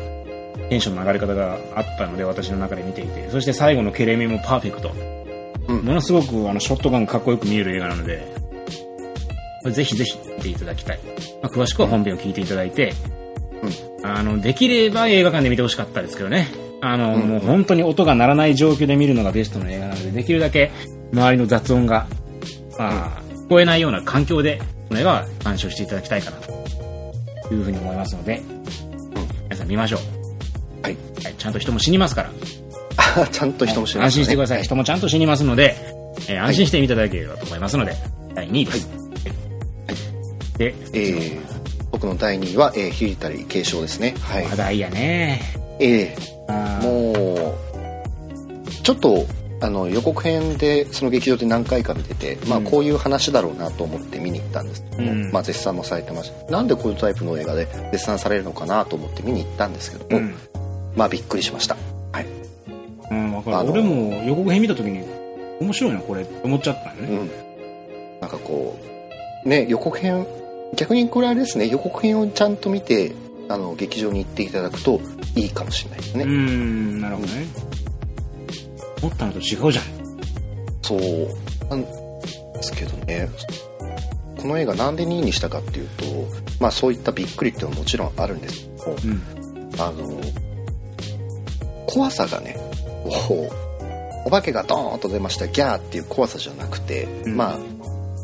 Speaker 1: テンションの上がり方があったので、私の中で見ていて。そして最後のケレミもパーフェクト。
Speaker 2: うん
Speaker 1: ものすごくあのショットガンがかっこよく見える映画なので、これぜひぜひ見ていただきたい。まあ詳しくは本編を聞いていただいて、あの、できれば映画館で見てほしかったですけどね。あの、もう本当に音が鳴らない状況で見るのがベストの映画なので、できるだけ周りの雑音が、まあ、聞こえないような環境で、この映画は鑑賞していただきたいかな、というふうに思いますので、皆さん見ましょう。
Speaker 2: はい
Speaker 1: はいちゃんと人も死にますから。
Speaker 2: あちゃんと人も知らない
Speaker 1: 安心してください、
Speaker 2: はい
Speaker 1: 人もちゃんと死にますので、えー安心して見ていただければと思いますので、第2位です、で、
Speaker 2: えー僕の第2位は、えー、ヒリタリー継承ですねはい
Speaker 1: 話題やね
Speaker 2: え
Speaker 1: あー
Speaker 2: ーもうちょっとあの予告編でその劇場で何回か見てて、まあ、こういう話だろうなと思って見に行ったんですけども、
Speaker 1: うん
Speaker 2: まあ、絶賛もされてましたなんでこういうタイプの映画で絶賛されるのかなと思って見に行ったんですけども、
Speaker 1: うん
Speaker 2: まあびっくりしました、はい
Speaker 1: うんわかる
Speaker 2: あの
Speaker 1: 俺も予告編見た時に面白いなこれって思っちゃったの
Speaker 2: う
Speaker 1: ね、
Speaker 2: ん、なんかこうね予告編逆にこれあれですね予告編をちゃんと見てあの劇場に行っていただくといいかもしれないですね、
Speaker 1: うん、んなるほどね思ったのと違うじゃん
Speaker 2: そうなんですけどねこの映画なんで2位にしたかっていうと、まあ、そういったびっくりっていうのはもちろんあるんですけど
Speaker 1: うん
Speaker 2: あの怖さがねこうお化けがドーンと出ましたギャーっていう怖さじゃなくて、
Speaker 1: うん
Speaker 2: まあ、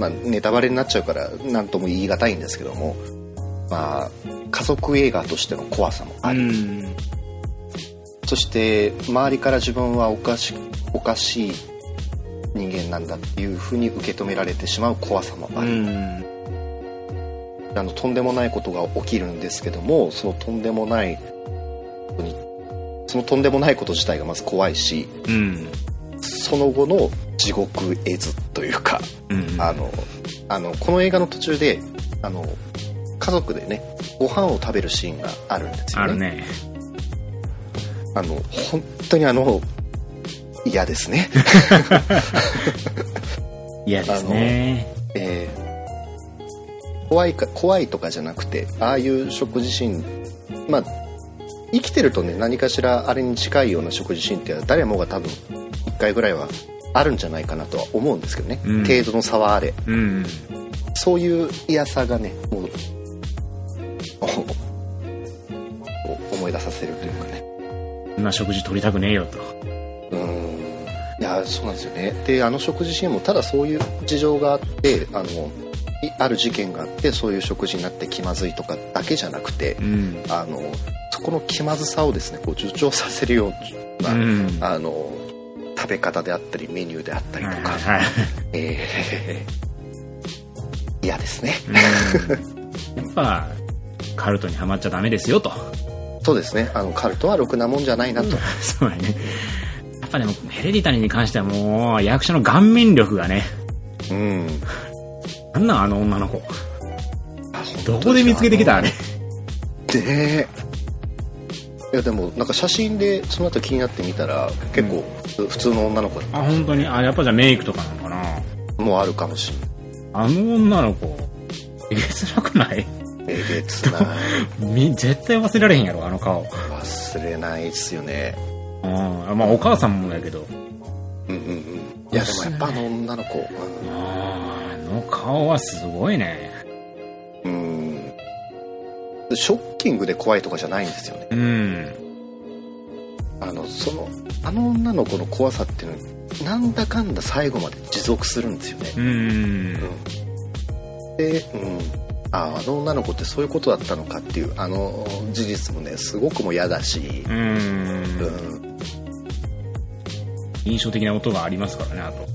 Speaker 2: まあネタバレになっちゃうから何とも言い難いんですけども、まあ、家族映画としての怖さもあり、
Speaker 1: うん
Speaker 2: そして周りから自分はおかしおかしい人間なんだっていうふうに受け止められてしまう怖さもあ
Speaker 1: う
Speaker 2: る、
Speaker 1: ん
Speaker 2: あのとんでもないことが起きるんですけどもそのとんでもないことにそのとんでもないこと自体がまず怖いし
Speaker 1: うん
Speaker 2: その後の地獄絵図というか
Speaker 1: うん
Speaker 2: あのあのこの映画の途中であの家族でねご飯を食べるシーンがあるんですよね
Speaker 1: あるね
Speaker 2: あの本当にあの嫌ですね
Speaker 1: 嫌ですね
Speaker 2: えー怖いか怖いとかじゃなくてああいう食事シーンまあ生きてるとね何かしらあれに近いような食事シーンって誰もが多分1回ぐらいはあるんじゃないかなとは思うんですけどね、
Speaker 1: うん
Speaker 2: 程度の差はあれ
Speaker 1: うん
Speaker 2: そういう嫌さがねもうお思い出させるというかね
Speaker 1: こんな食事取りたくねえよと
Speaker 2: うんいやそうなんですよねであの食事シーンもただそういう事情があってあのいある事件があってそういう食事になって気まずいとかだけじゃなくて
Speaker 1: うん
Speaker 2: あのそこの気まずさをですねこう助長させるような、
Speaker 1: うん
Speaker 2: あの食べ方であったりメニューであったりとか、
Speaker 1: はい
Speaker 2: えー嫌ですね
Speaker 1: うん やっぱカルトにはまっちゃダメです よと
Speaker 2: そうですねあのカルトはろくなもんじゃないなと、
Speaker 1: そうやねやっぱでもヘレディタリーに関してはもう役者の顔面力がね
Speaker 2: うん
Speaker 1: なんなんあの女の子
Speaker 2: あ本当
Speaker 1: どこで見つけてきたあれ
Speaker 2: でいやでもなんか写真でその後気になってみたら結構普通,、の女の子
Speaker 1: あ本当にあやっぱじゃあメイクとかなのかな
Speaker 2: もあるかもし
Speaker 1: あの女の子えげつなくない
Speaker 2: れないえげつない
Speaker 1: み絶対忘れられへんやろあの顔
Speaker 2: 忘れないっすよね
Speaker 1: うんまあお母さんもやけど
Speaker 2: うんうんうんいやでもやっぱあの女の子
Speaker 1: あーあの顔はすごいね
Speaker 2: うんうんショッキングで怖いとかじゃないんですよね
Speaker 1: うん
Speaker 2: あのそのあの女の子の怖さっていうのはなんだかんだ最後まで持続するんですよね
Speaker 1: うん
Speaker 2: で、うん、ああの女の子ってそういうことだったのかっていうあの事実もねすごくもう嫌だし
Speaker 1: う、
Speaker 2: うんん、
Speaker 1: 印象的な音がありますからねあと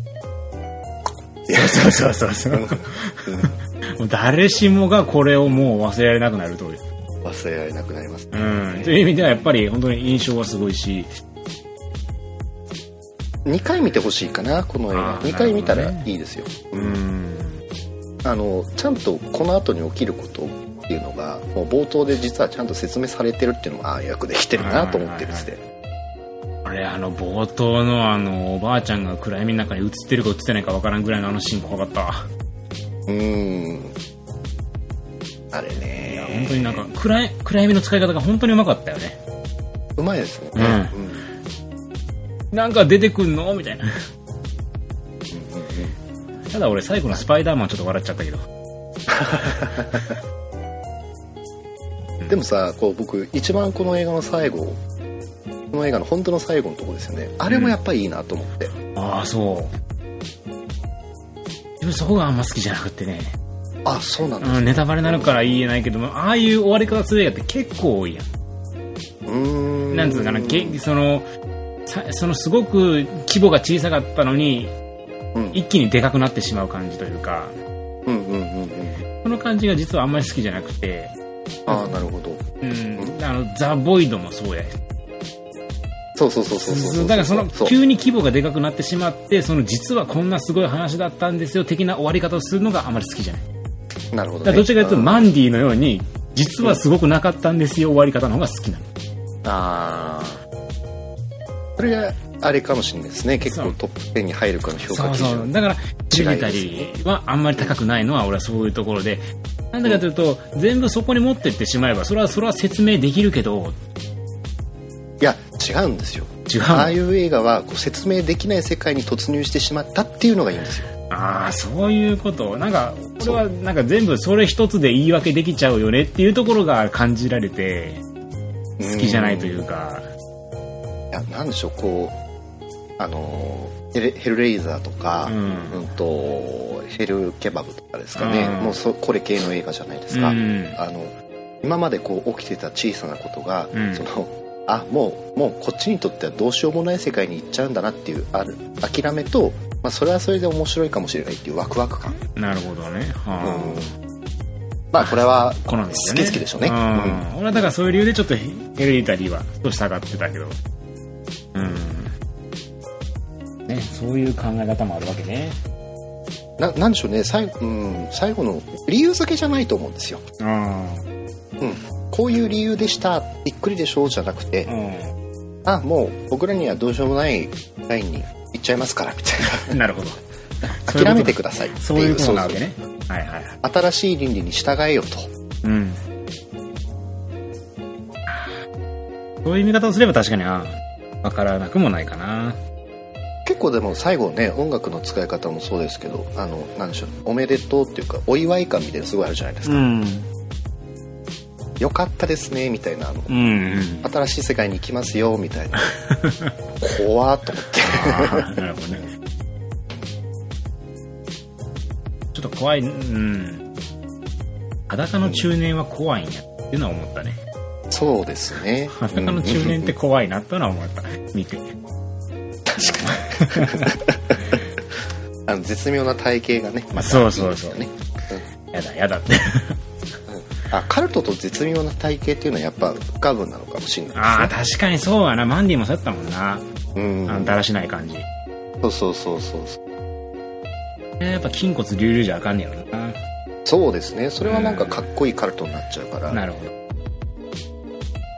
Speaker 2: いやそうそう
Speaker 1: そうそ
Speaker 2: うん
Speaker 1: もう誰しもがこれをもう忘れられなくなるという、
Speaker 2: 忘れられなくなります
Speaker 1: う
Speaker 2: ね、
Speaker 1: ん、 という意味ではやっぱり本当に印象はすごいし
Speaker 2: 2回見てほしいかなこの映
Speaker 1: あ
Speaker 2: 画
Speaker 1: ー
Speaker 2: 2回見た
Speaker 1: な
Speaker 2: ら
Speaker 1: るほど
Speaker 2: いいですよ、
Speaker 1: う
Speaker 2: うん
Speaker 1: ん
Speaker 2: あのちゃんとこの後に起きることっていうのがもう冒頭で実はちゃんと説明されてるっていうのもああよくできてるなと思ってるんですね
Speaker 1: あれあの冒頭のあのおばあちゃんが暗闇の中に映ってるか映ってないかわからんぐらいのあのシーン怖かった
Speaker 2: うんあれ
Speaker 1: いや
Speaker 2: ね
Speaker 1: 本当になんか暗い暗闇の使い方が本当にうまかったよね
Speaker 2: うまいですね、
Speaker 1: うん
Speaker 2: うんうん
Speaker 1: なんか出てくんのみたいな ただ俺最後のスパイダーマンちょっと笑っちゃったけど
Speaker 2: でもさこう僕一番この映画の最後この映画の本当の最後のとこですよねあれもやっぱりいいなと思って、
Speaker 1: ああそうでもそこがあんま好きじゃなくってね、
Speaker 2: あそうなんだ
Speaker 1: うん、ネタバレなるから言えないけどもああいう終わり方する映画って結構多いやん
Speaker 2: うーん
Speaker 1: なんつうのかな、げその、さそのすごく規模が小さかったのに、
Speaker 2: うん
Speaker 1: 一気にでかくなってしまう感じというか、
Speaker 2: うんうんうんうん
Speaker 1: その感じが実はあんまり好きじゃなくて、
Speaker 2: ああなるほど
Speaker 1: うん、あの、ザ・ボイドもそうや。
Speaker 2: そうそうそうそうそう
Speaker 1: だからその、
Speaker 2: そう
Speaker 1: 急に規模がでかくなってしまって、その実はこんなすごい話だったんですよ、的な終わり方をするのがあまり好きじゃない。だ
Speaker 2: なるほど、
Speaker 1: から
Speaker 2: ね、
Speaker 1: どっちかというと、
Speaker 2: うん
Speaker 1: マンディのように、実はすごくなかったんですよ、終わり方の方が好きなの。
Speaker 2: ああそれがあれかもしれないですね結
Speaker 1: そ
Speaker 2: 構
Speaker 1: う
Speaker 2: トップ10に入るかの評
Speaker 1: そ
Speaker 2: 価
Speaker 1: う
Speaker 2: 基
Speaker 1: そう
Speaker 2: 準
Speaker 1: だから
Speaker 2: す
Speaker 1: ヘレ
Speaker 2: ね
Speaker 1: ディタリーはあんまり高くないのは俺はそういうところでなんでかというと、全部そこに持ってってしまえばそれはそれは説明できるけど
Speaker 2: いや違うんですよ
Speaker 1: 違うの
Speaker 2: ああいう映画はこう説明できない世界に突入してしまったっていうのがいいんですよ
Speaker 1: ああそういうことなんかこれはなんか全部それ一つで言い訳できちゃうよねっていうところが感じられて好きじゃないというか
Speaker 2: いやなんでしょうこうあのヘルヘルレイザーとか、
Speaker 1: う
Speaker 2: うんん、とヘルケバブとかですかね、
Speaker 1: うん
Speaker 2: もうそこれ系の映画じゃないです
Speaker 1: う
Speaker 2: か、
Speaker 1: ん
Speaker 2: あの今までこう起きてた小さなことが、
Speaker 1: うん
Speaker 2: そのあもうもうこっちにとってはどうしようもない世界に行っちゃうんだなっていうある諦めと、まあ、それはそれで面白いかもしれないっていうワクワク感、
Speaker 1: なるほどねはあ
Speaker 2: まあこれは
Speaker 1: 好みですよね
Speaker 2: 好き好きでしょうね
Speaker 1: うん
Speaker 2: う
Speaker 1: 俺はだからそういう理由でちょっとヘヘレディタリーは少し下がってたけどうんねそういう考え方もあるわけね
Speaker 2: ななんでしょうね最,、うん、最後の理由付けじゃないと思うんですよ、
Speaker 1: あ
Speaker 2: うん、こういう理由でしたびっくりでしょうじゃなくて、
Speaker 1: あう
Speaker 2: あもう僕らにはどうしようもないラインに行っちゃいます からみたい
Speaker 1: んなるほど
Speaker 2: な諦めてくださいっていう
Speaker 1: そういうことなわ
Speaker 2: そう
Speaker 1: けねはいはいはい
Speaker 2: そう新しい倫理に従えよと
Speaker 1: うんそういう見方をすれば確かにあ分からなくもないかな
Speaker 2: 結構でも最後ね音楽の使い方もそうですけどあのなんでしょうおめでとうっていうかお祝い感みたいなのすごいあるじゃないですか、
Speaker 1: ん
Speaker 2: よかったですねみたいなあの
Speaker 1: うん
Speaker 2: 新しい世界に行きますよみた いな怖っと思って
Speaker 1: あなるほどねちょっと怖いうん裸の中年は怖いんやっていうのは思ったね
Speaker 2: そうですね
Speaker 1: 裸の中年って怖いなってのは思った見て
Speaker 2: うんあの絶妙な体型がねまた
Speaker 1: そうそうそう
Speaker 2: いいですよね
Speaker 1: やだやだって
Speaker 2: あカルトと絶妙な体型っていうのはやっぱ不可分なのかもしれない
Speaker 1: ああ確かにそうやなマンディもそうやったもんな、
Speaker 2: ですうん
Speaker 1: あのだらしない感じ
Speaker 2: そうそうそうそうそう
Speaker 1: やっぱ筋骨隆々じゃあかんねやろな
Speaker 2: そうですねそれはなんかかっこいいカルトになっちゃうから、
Speaker 1: なるほど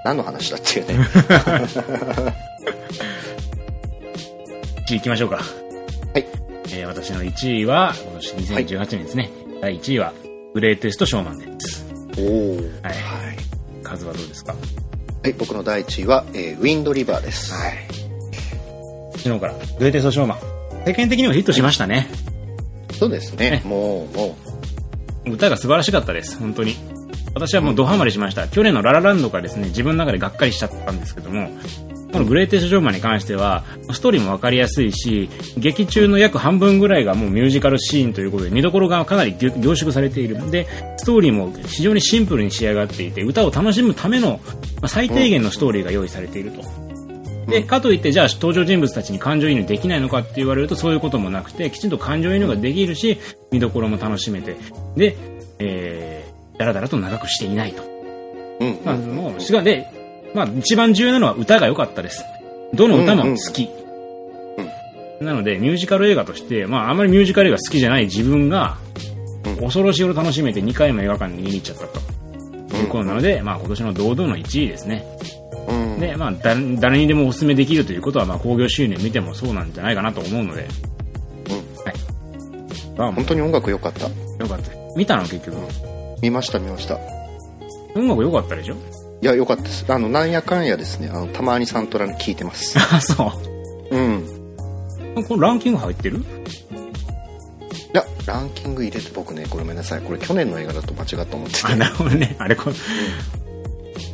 Speaker 2: 何の話だっていう ね
Speaker 1: 1位いきましょうか
Speaker 2: はい
Speaker 1: えー私の1位は今年2018年ですね、第1位はグレーテストショーマンです
Speaker 2: おお
Speaker 1: はい
Speaker 2: はい、
Speaker 1: 数はどうですかは
Speaker 2: はい、僕の第1位は、えーウィンドリバーで
Speaker 1: い
Speaker 2: す、
Speaker 1: 昨日からグレーテストショーマン世間的にもヒットしましたね
Speaker 2: そうですね
Speaker 1: ね
Speaker 2: もうも
Speaker 1: 歌が素晴らしかったです本当に私はもうドハマりしました、去年の「ララランド」がですね自分の中でがっかりしちゃったんですけどもこの「グレーテスト・ジョーマン」に関してはストーリーも分かりやすいし劇中の約半分ぐらいがもうミュージカルシーンということで見どころがかなり凝凝縮されているでストーリーも非常にシンプルに仕上がっていて歌を楽しむための、まあ最低限のストーリーが用意されていると。でかといってじゃあ登場人物たちに感情移入できないのかって言われるとそういうこともなくてきちんと感情移入ができるし見どころも楽しめてで、えー、だらだらと長くしていないと、
Speaker 2: ううん、
Speaker 1: まあ、もうしかで、まあ、一番重要なのは歌が良かったですどの歌も好き、なのでミュージカル映画として、まあ、あまりミュージカル映画好きじゃない自分が
Speaker 2: うん
Speaker 1: 恐ろしいほど楽しめて2回も映画館に見に行っちゃったと。いうことなので、まあ、今年の堂々の1位ですね。
Speaker 2: うん
Speaker 1: で、まあ、だ誰にでもお勧めできるということは、まあ、興行収入見てもそうなんじゃないかなと思うので、はい。まあ、
Speaker 2: 本当に音楽良かった
Speaker 1: よかった。見たの、結局。
Speaker 2: 見ました見ましたい
Speaker 1: 音楽良かったでしょ
Speaker 2: や良かったですあのなんやかんやですねあのたまにサントラに聞いてま す
Speaker 1: あ、そう。
Speaker 2: うん
Speaker 1: これランキング入ってる
Speaker 2: いやランキング入れて僕ねごめんなさいこれ去年の映画だと間違った思ってて
Speaker 1: あ、なるほどね。 あれ、これ。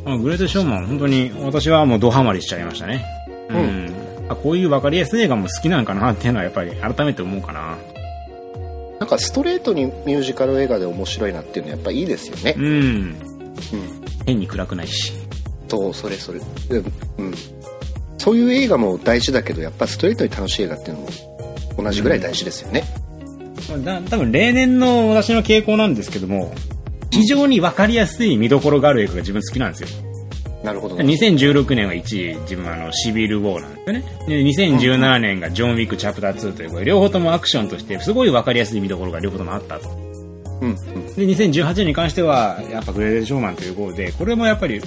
Speaker 1: あグレートショーマン、本当に、私はもうドハマりしちゃいましたね。うん。あこういう分かりやすい映画も好きなんかなっていうのは、やっぱり改めて思うかな。
Speaker 2: なんかストレートにミュージカル映画で面白いなっていうのはやっぱいいですよね
Speaker 1: うん。
Speaker 2: うん
Speaker 1: 変に暗くないし。
Speaker 2: そうそれそれでうんそういう映画も大事だけどやっぱストレートに楽しい映画っていうのも同じぐらい大事ですよね、
Speaker 1: だ多分例年の私の傾向なんですけども非常に分かりやすい見どころがある映画が自分好きなんですよ
Speaker 2: なるほどね
Speaker 1: 2016年は1位自分はあのシビル・ウォーなんですよねで2017年がジョン・ウィック・チャプター2というこれ両方ともアクションとしてすごい分かりやすい見どころが両方ともあったと
Speaker 2: うんうん
Speaker 1: で2018年に関してはやっぱグレーデン・ショーマンという号でこれもやっぱり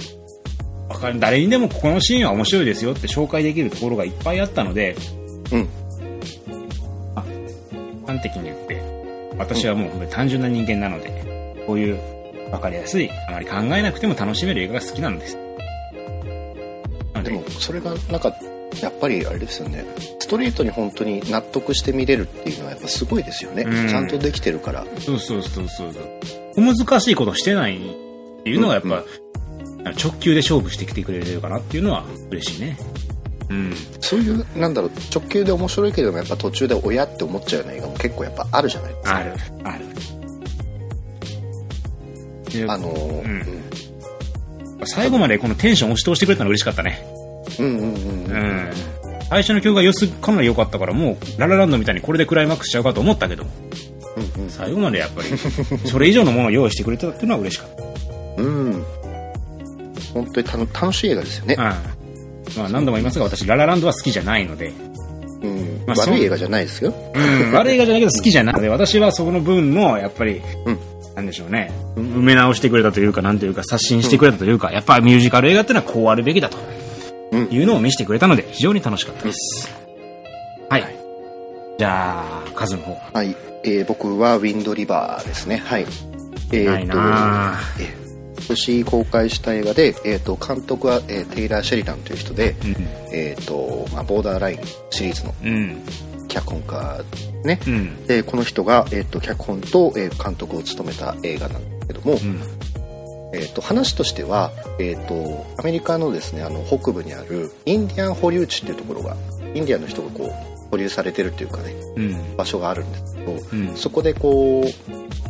Speaker 1: わかる誰にでもここのシーンは面白いですよって紹介できるところがいっぱいあったので
Speaker 2: うん
Speaker 1: 端的に言って私はもう単純な人間なので、こういう分かりやすいあまり考えなくても楽しめる映画が好きなんですなの
Speaker 2: で
Speaker 1: で
Speaker 2: もそれがなんかやっぱりあれですよねストリートに本当に納得して見れるっていうのはやっぱすごいですよね、
Speaker 1: うん
Speaker 2: ちゃんとできてるから
Speaker 1: そうそうそうそう。小難しいことしてないっていうのがやっぱ、直球で勝負してきてくれるかなっていうのは嬉しいね。うん。
Speaker 2: そういうなんだろう直球で面白いけどもやっぱ途中でおやって思っちゃうような映画も結構やっぱあるじゃないですか
Speaker 1: ある、ある。で
Speaker 2: あのー
Speaker 1: うん最後までこのテンション押し通してくれたの嬉しかったね。
Speaker 2: うんうんうんうん、
Speaker 1: うん。最初の曲が良す、かなり良かったから、もう、ララランドみたいにこれでクライマックスしちゃうかと思ったけど、
Speaker 2: うんうん
Speaker 1: 最後までやっぱり、それ以上のものを用意してくれたっていうのは嬉しかった。
Speaker 2: うん。本当に楽楽しい映画ですよね。
Speaker 1: うん。まあ何度も言いますが、私、ララランドは好きじゃないので、
Speaker 2: うん。
Speaker 1: まあそう
Speaker 2: 悪い映画じゃないですよ。
Speaker 1: うん、悪い映画じゃないけど好きじゃないので、私はそこの分の、やっぱり、
Speaker 2: うん
Speaker 1: なんでしょうね、埋め直してくれたというか、なんというか、刷新してくれたというか、やっぱミュージカル映画ってのはこうあるべきだと
Speaker 2: うん
Speaker 1: いうのを見せてくれたので、非常に楽しかったです。はい。じゃあ、カズの方。
Speaker 2: はい。えー僕はウィンドリバーですね。はい。えー
Speaker 1: ないなぁ
Speaker 2: えー今年公開した映画で、えー、と監督は、えーテイラー・シェリダンという人で、えーとまあ、ボーダーラインシリーズの
Speaker 1: うん。
Speaker 2: 脚本家ですね、
Speaker 1: うん。
Speaker 2: でこの人が、えー、と脚本と、えー監督を務めた映画なんですけども、
Speaker 1: うん。
Speaker 2: えー、と話としては、えー、とアメリカのですねあの北部にあるインディアン保留地っていうところがインディアンの人がこう保留されてるっていうかね
Speaker 1: うん。
Speaker 2: 場所があるんですけど、
Speaker 1: うん
Speaker 2: そこでこ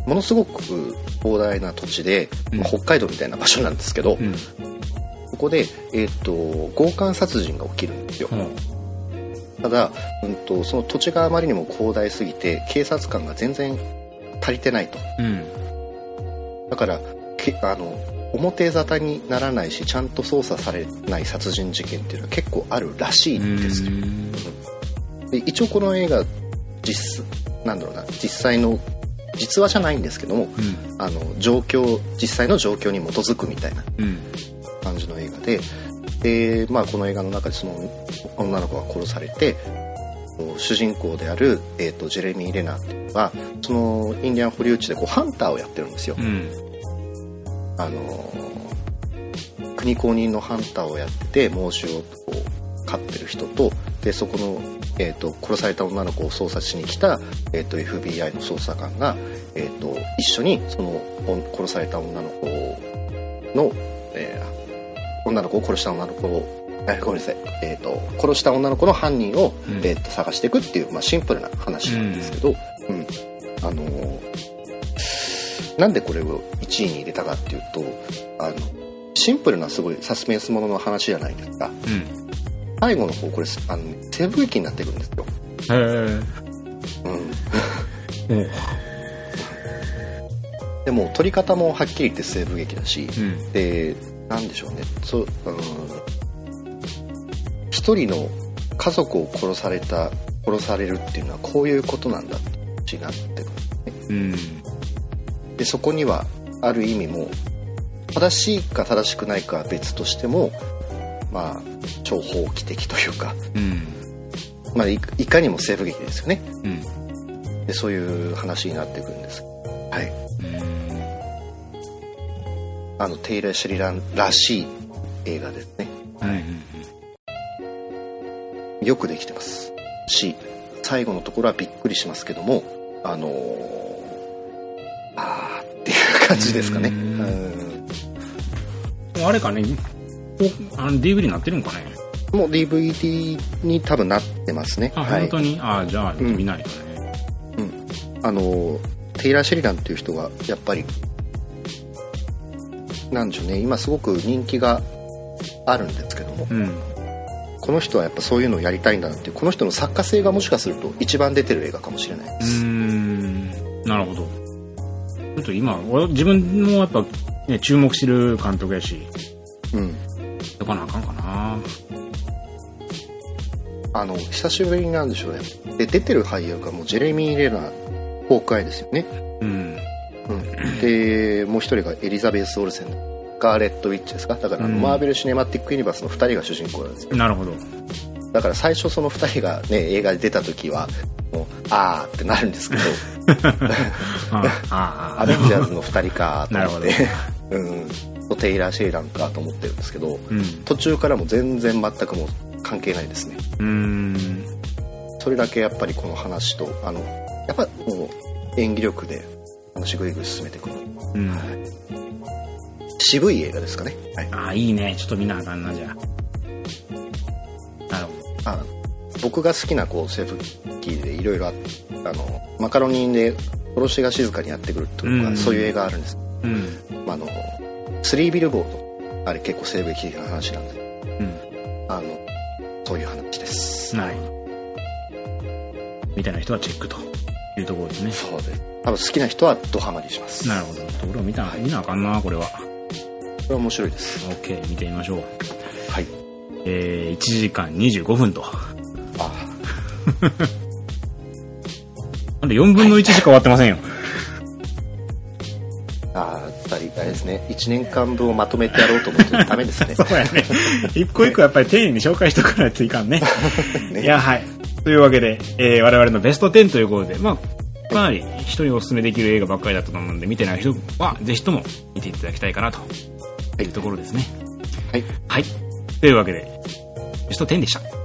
Speaker 2: うものすごく広大な土地で、まあ
Speaker 1: うん
Speaker 2: 北海道みたいな場所なんですけど、
Speaker 1: うん。
Speaker 2: そこで、えー、と強姦殺人が起きるんですよ、
Speaker 1: うん。
Speaker 2: ただ、うん、とその土地があまりにも広大すぎて警察官が全然足りてないと
Speaker 1: うん。
Speaker 2: だからけあの表沙汰にならないしちゃんと捜査されない殺人事件っていうのは結構あるらしいんですよ、で一応この映画実なんだろうな実際の実話じゃないんですけども
Speaker 1: うん。
Speaker 2: あの状況実際の状況に基づくみたいな
Speaker 1: うん。
Speaker 2: 感じの映画でで、まあ、この映画の中でその女の子が殺されて主人公である、えー、とジェレミー・レナーっていうのがそのインディアン保留地でこうハンターをやってるんですよ、
Speaker 1: うん。
Speaker 2: あのー国公認のハンターをやってて猛獣をこう飼ってる人とでそこの、えー、と殺された女の子を捜査しに来た、えー、と FBI の捜査官が、えー、と一緒にそのお殺された女の子の、えー女の子を殺した女の子をあごめんなさい、えー、と殺した女の子の犯人を、
Speaker 1: うん
Speaker 2: えー、と探していくっていう、まあ、シンプルな話なんですけど、うんあのーなんでこれを1位に入れたかっていうとあのシンプルなすごいサスペンスものの話じゃないですか
Speaker 1: うん。
Speaker 2: 最後の方これあの、ね、西部劇になってくるんですよ、
Speaker 1: へぇ
Speaker 2: うん、
Speaker 1: うん。
Speaker 2: でも撮り方もはっきり言って西部劇だし
Speaker 1: うん。
Speaker 2: でなんでしょうねそううん一人の家族を殺された殺されるっていうのはこういうことなんだってなってくる
Speaker 1: うん。
Speaker 2: でそこにはある意味もう正しいか正しくないかは別としてもまあ超法規的というか、
Speaker 1: うん。
Speaker 2: まあ、いいかにも西部劇ですよね
Speaker 1: うん。
Speaker 2: でそういう話になっていくんですはいあのテイラー・シェリランらしい映画ですねよくできてますし最後のところはびっくりしますけどもあのーあーっていう感じですかね
Speaker 1: うん
Speaker 2: うん
Speaker 1: もうあれかね、おあの DVD になってるんかね。
Speaker 2: もう DVD に多分なってますね
Speaker 1: あ、
Speaker 2: はい
Speaker 1: 本当にあ、じゃあ
Speaker 2: ん
Speaker 1: 見ないとね。
Speaker 2: あのテイラー・シェリダンっていう人がやっぱりなんでしょうね今すごく人気があるんですけども
Speaker 1: うん。
Speaker 2: この人はやっぱそういうのをやりたいんだなっていうこの人の作家性がもしかすると一番出てる映画かもしれないです、
Speaker 1: ん。なるほど。ちょっと今、俺自分もやっぱ、ね、注目してる監督やし、
Speaker 2: うん、
Speaker 1: とかなあかんかな。
Speaker 2: あの久しぶりなんでしょうねで出てる俳優がもうジェレミー・レナー崩壊ですよね、
Speaker 1: うん。
Speaker 2: うん、でもう一人がエリザベス・オルセンガーレット・ウィッチですかだからあの、
Speaker 1: うん
Speaker 2: マーベル・シネマティック・ユニバースの2人が主人公なんですよ
Speaker 1: なるほど。
Speaker 2: だから最初その2人がね映画で出た時はもうあーってなるんですけど
Speaker 1: あ あ、
Speaker 2: アベンジャーズの2人かと
Speaker 1: なる
Speaker 2: 思
Speaker 1: ほ
Speaker 2: っ
Speaker 1: ど
Speaker 2: て。うんテイラー・シェイランかと思ってるんですけど
Speaker 1: うん。
Speaker 2: 途中からもう全然全くもう関係ないですね
Speaker 1: うーん
Speaker 2: それだけやっぱりこの話とあのやっぱもう演技力で話ぐいぐい進めていく
Speaker 1: うん
Speaker 2: 渋い映画ですかねはい
Speaker 1: ああいいねちょっと見なあかんなじゃあなるほ
Speaker 2: あ僕が好きなこうセブンキーでいろいろああのマカロニで殺しが静かにやってくるとか、
Speaker 1: うん
Speaker 2: そういう映画あるんです、
Speaker 1: どうん
Speaker 2: まあ、あのスリービルボードあれ結構西部劇的な話なんで
Speaker 1: うん
Speaker 2: あのそういう話です
Speaker 1: なるほどみたいな人はチェックというところですね
Speaker 2: そうです多分好きな人はドハマりします
Speaker 1: なるほどところを見た見なあかんなこれは
Speaker 2: これは面白いです、
Speaker 1: OK 見てみましょう
Speaker 2: はい
Speaker 1: えー、1時間25分と
Speaker 2: あ
Speaker 1: なんで4分の1しか終わってませんよ
Speaker 2: あーやっぱりあれですね1年間分をまとめてやろうと思ってもダメ です ね
Speaker 1: そうやね。一個一個やっぱり丁寧に紹介しとかないといかんね。
Speaker 2: ね
Speaker 1: いや、はい。というわけで、えー我々のベスト10ということで、まあ、かなり人にお勧めできる映画ばっかりだったと思うんで、見てない人は、ぜひとも見ていただきたいかなというところですね。
Speaker 2: はい
Speaker 1: はい。というわけで、ベスト10でした。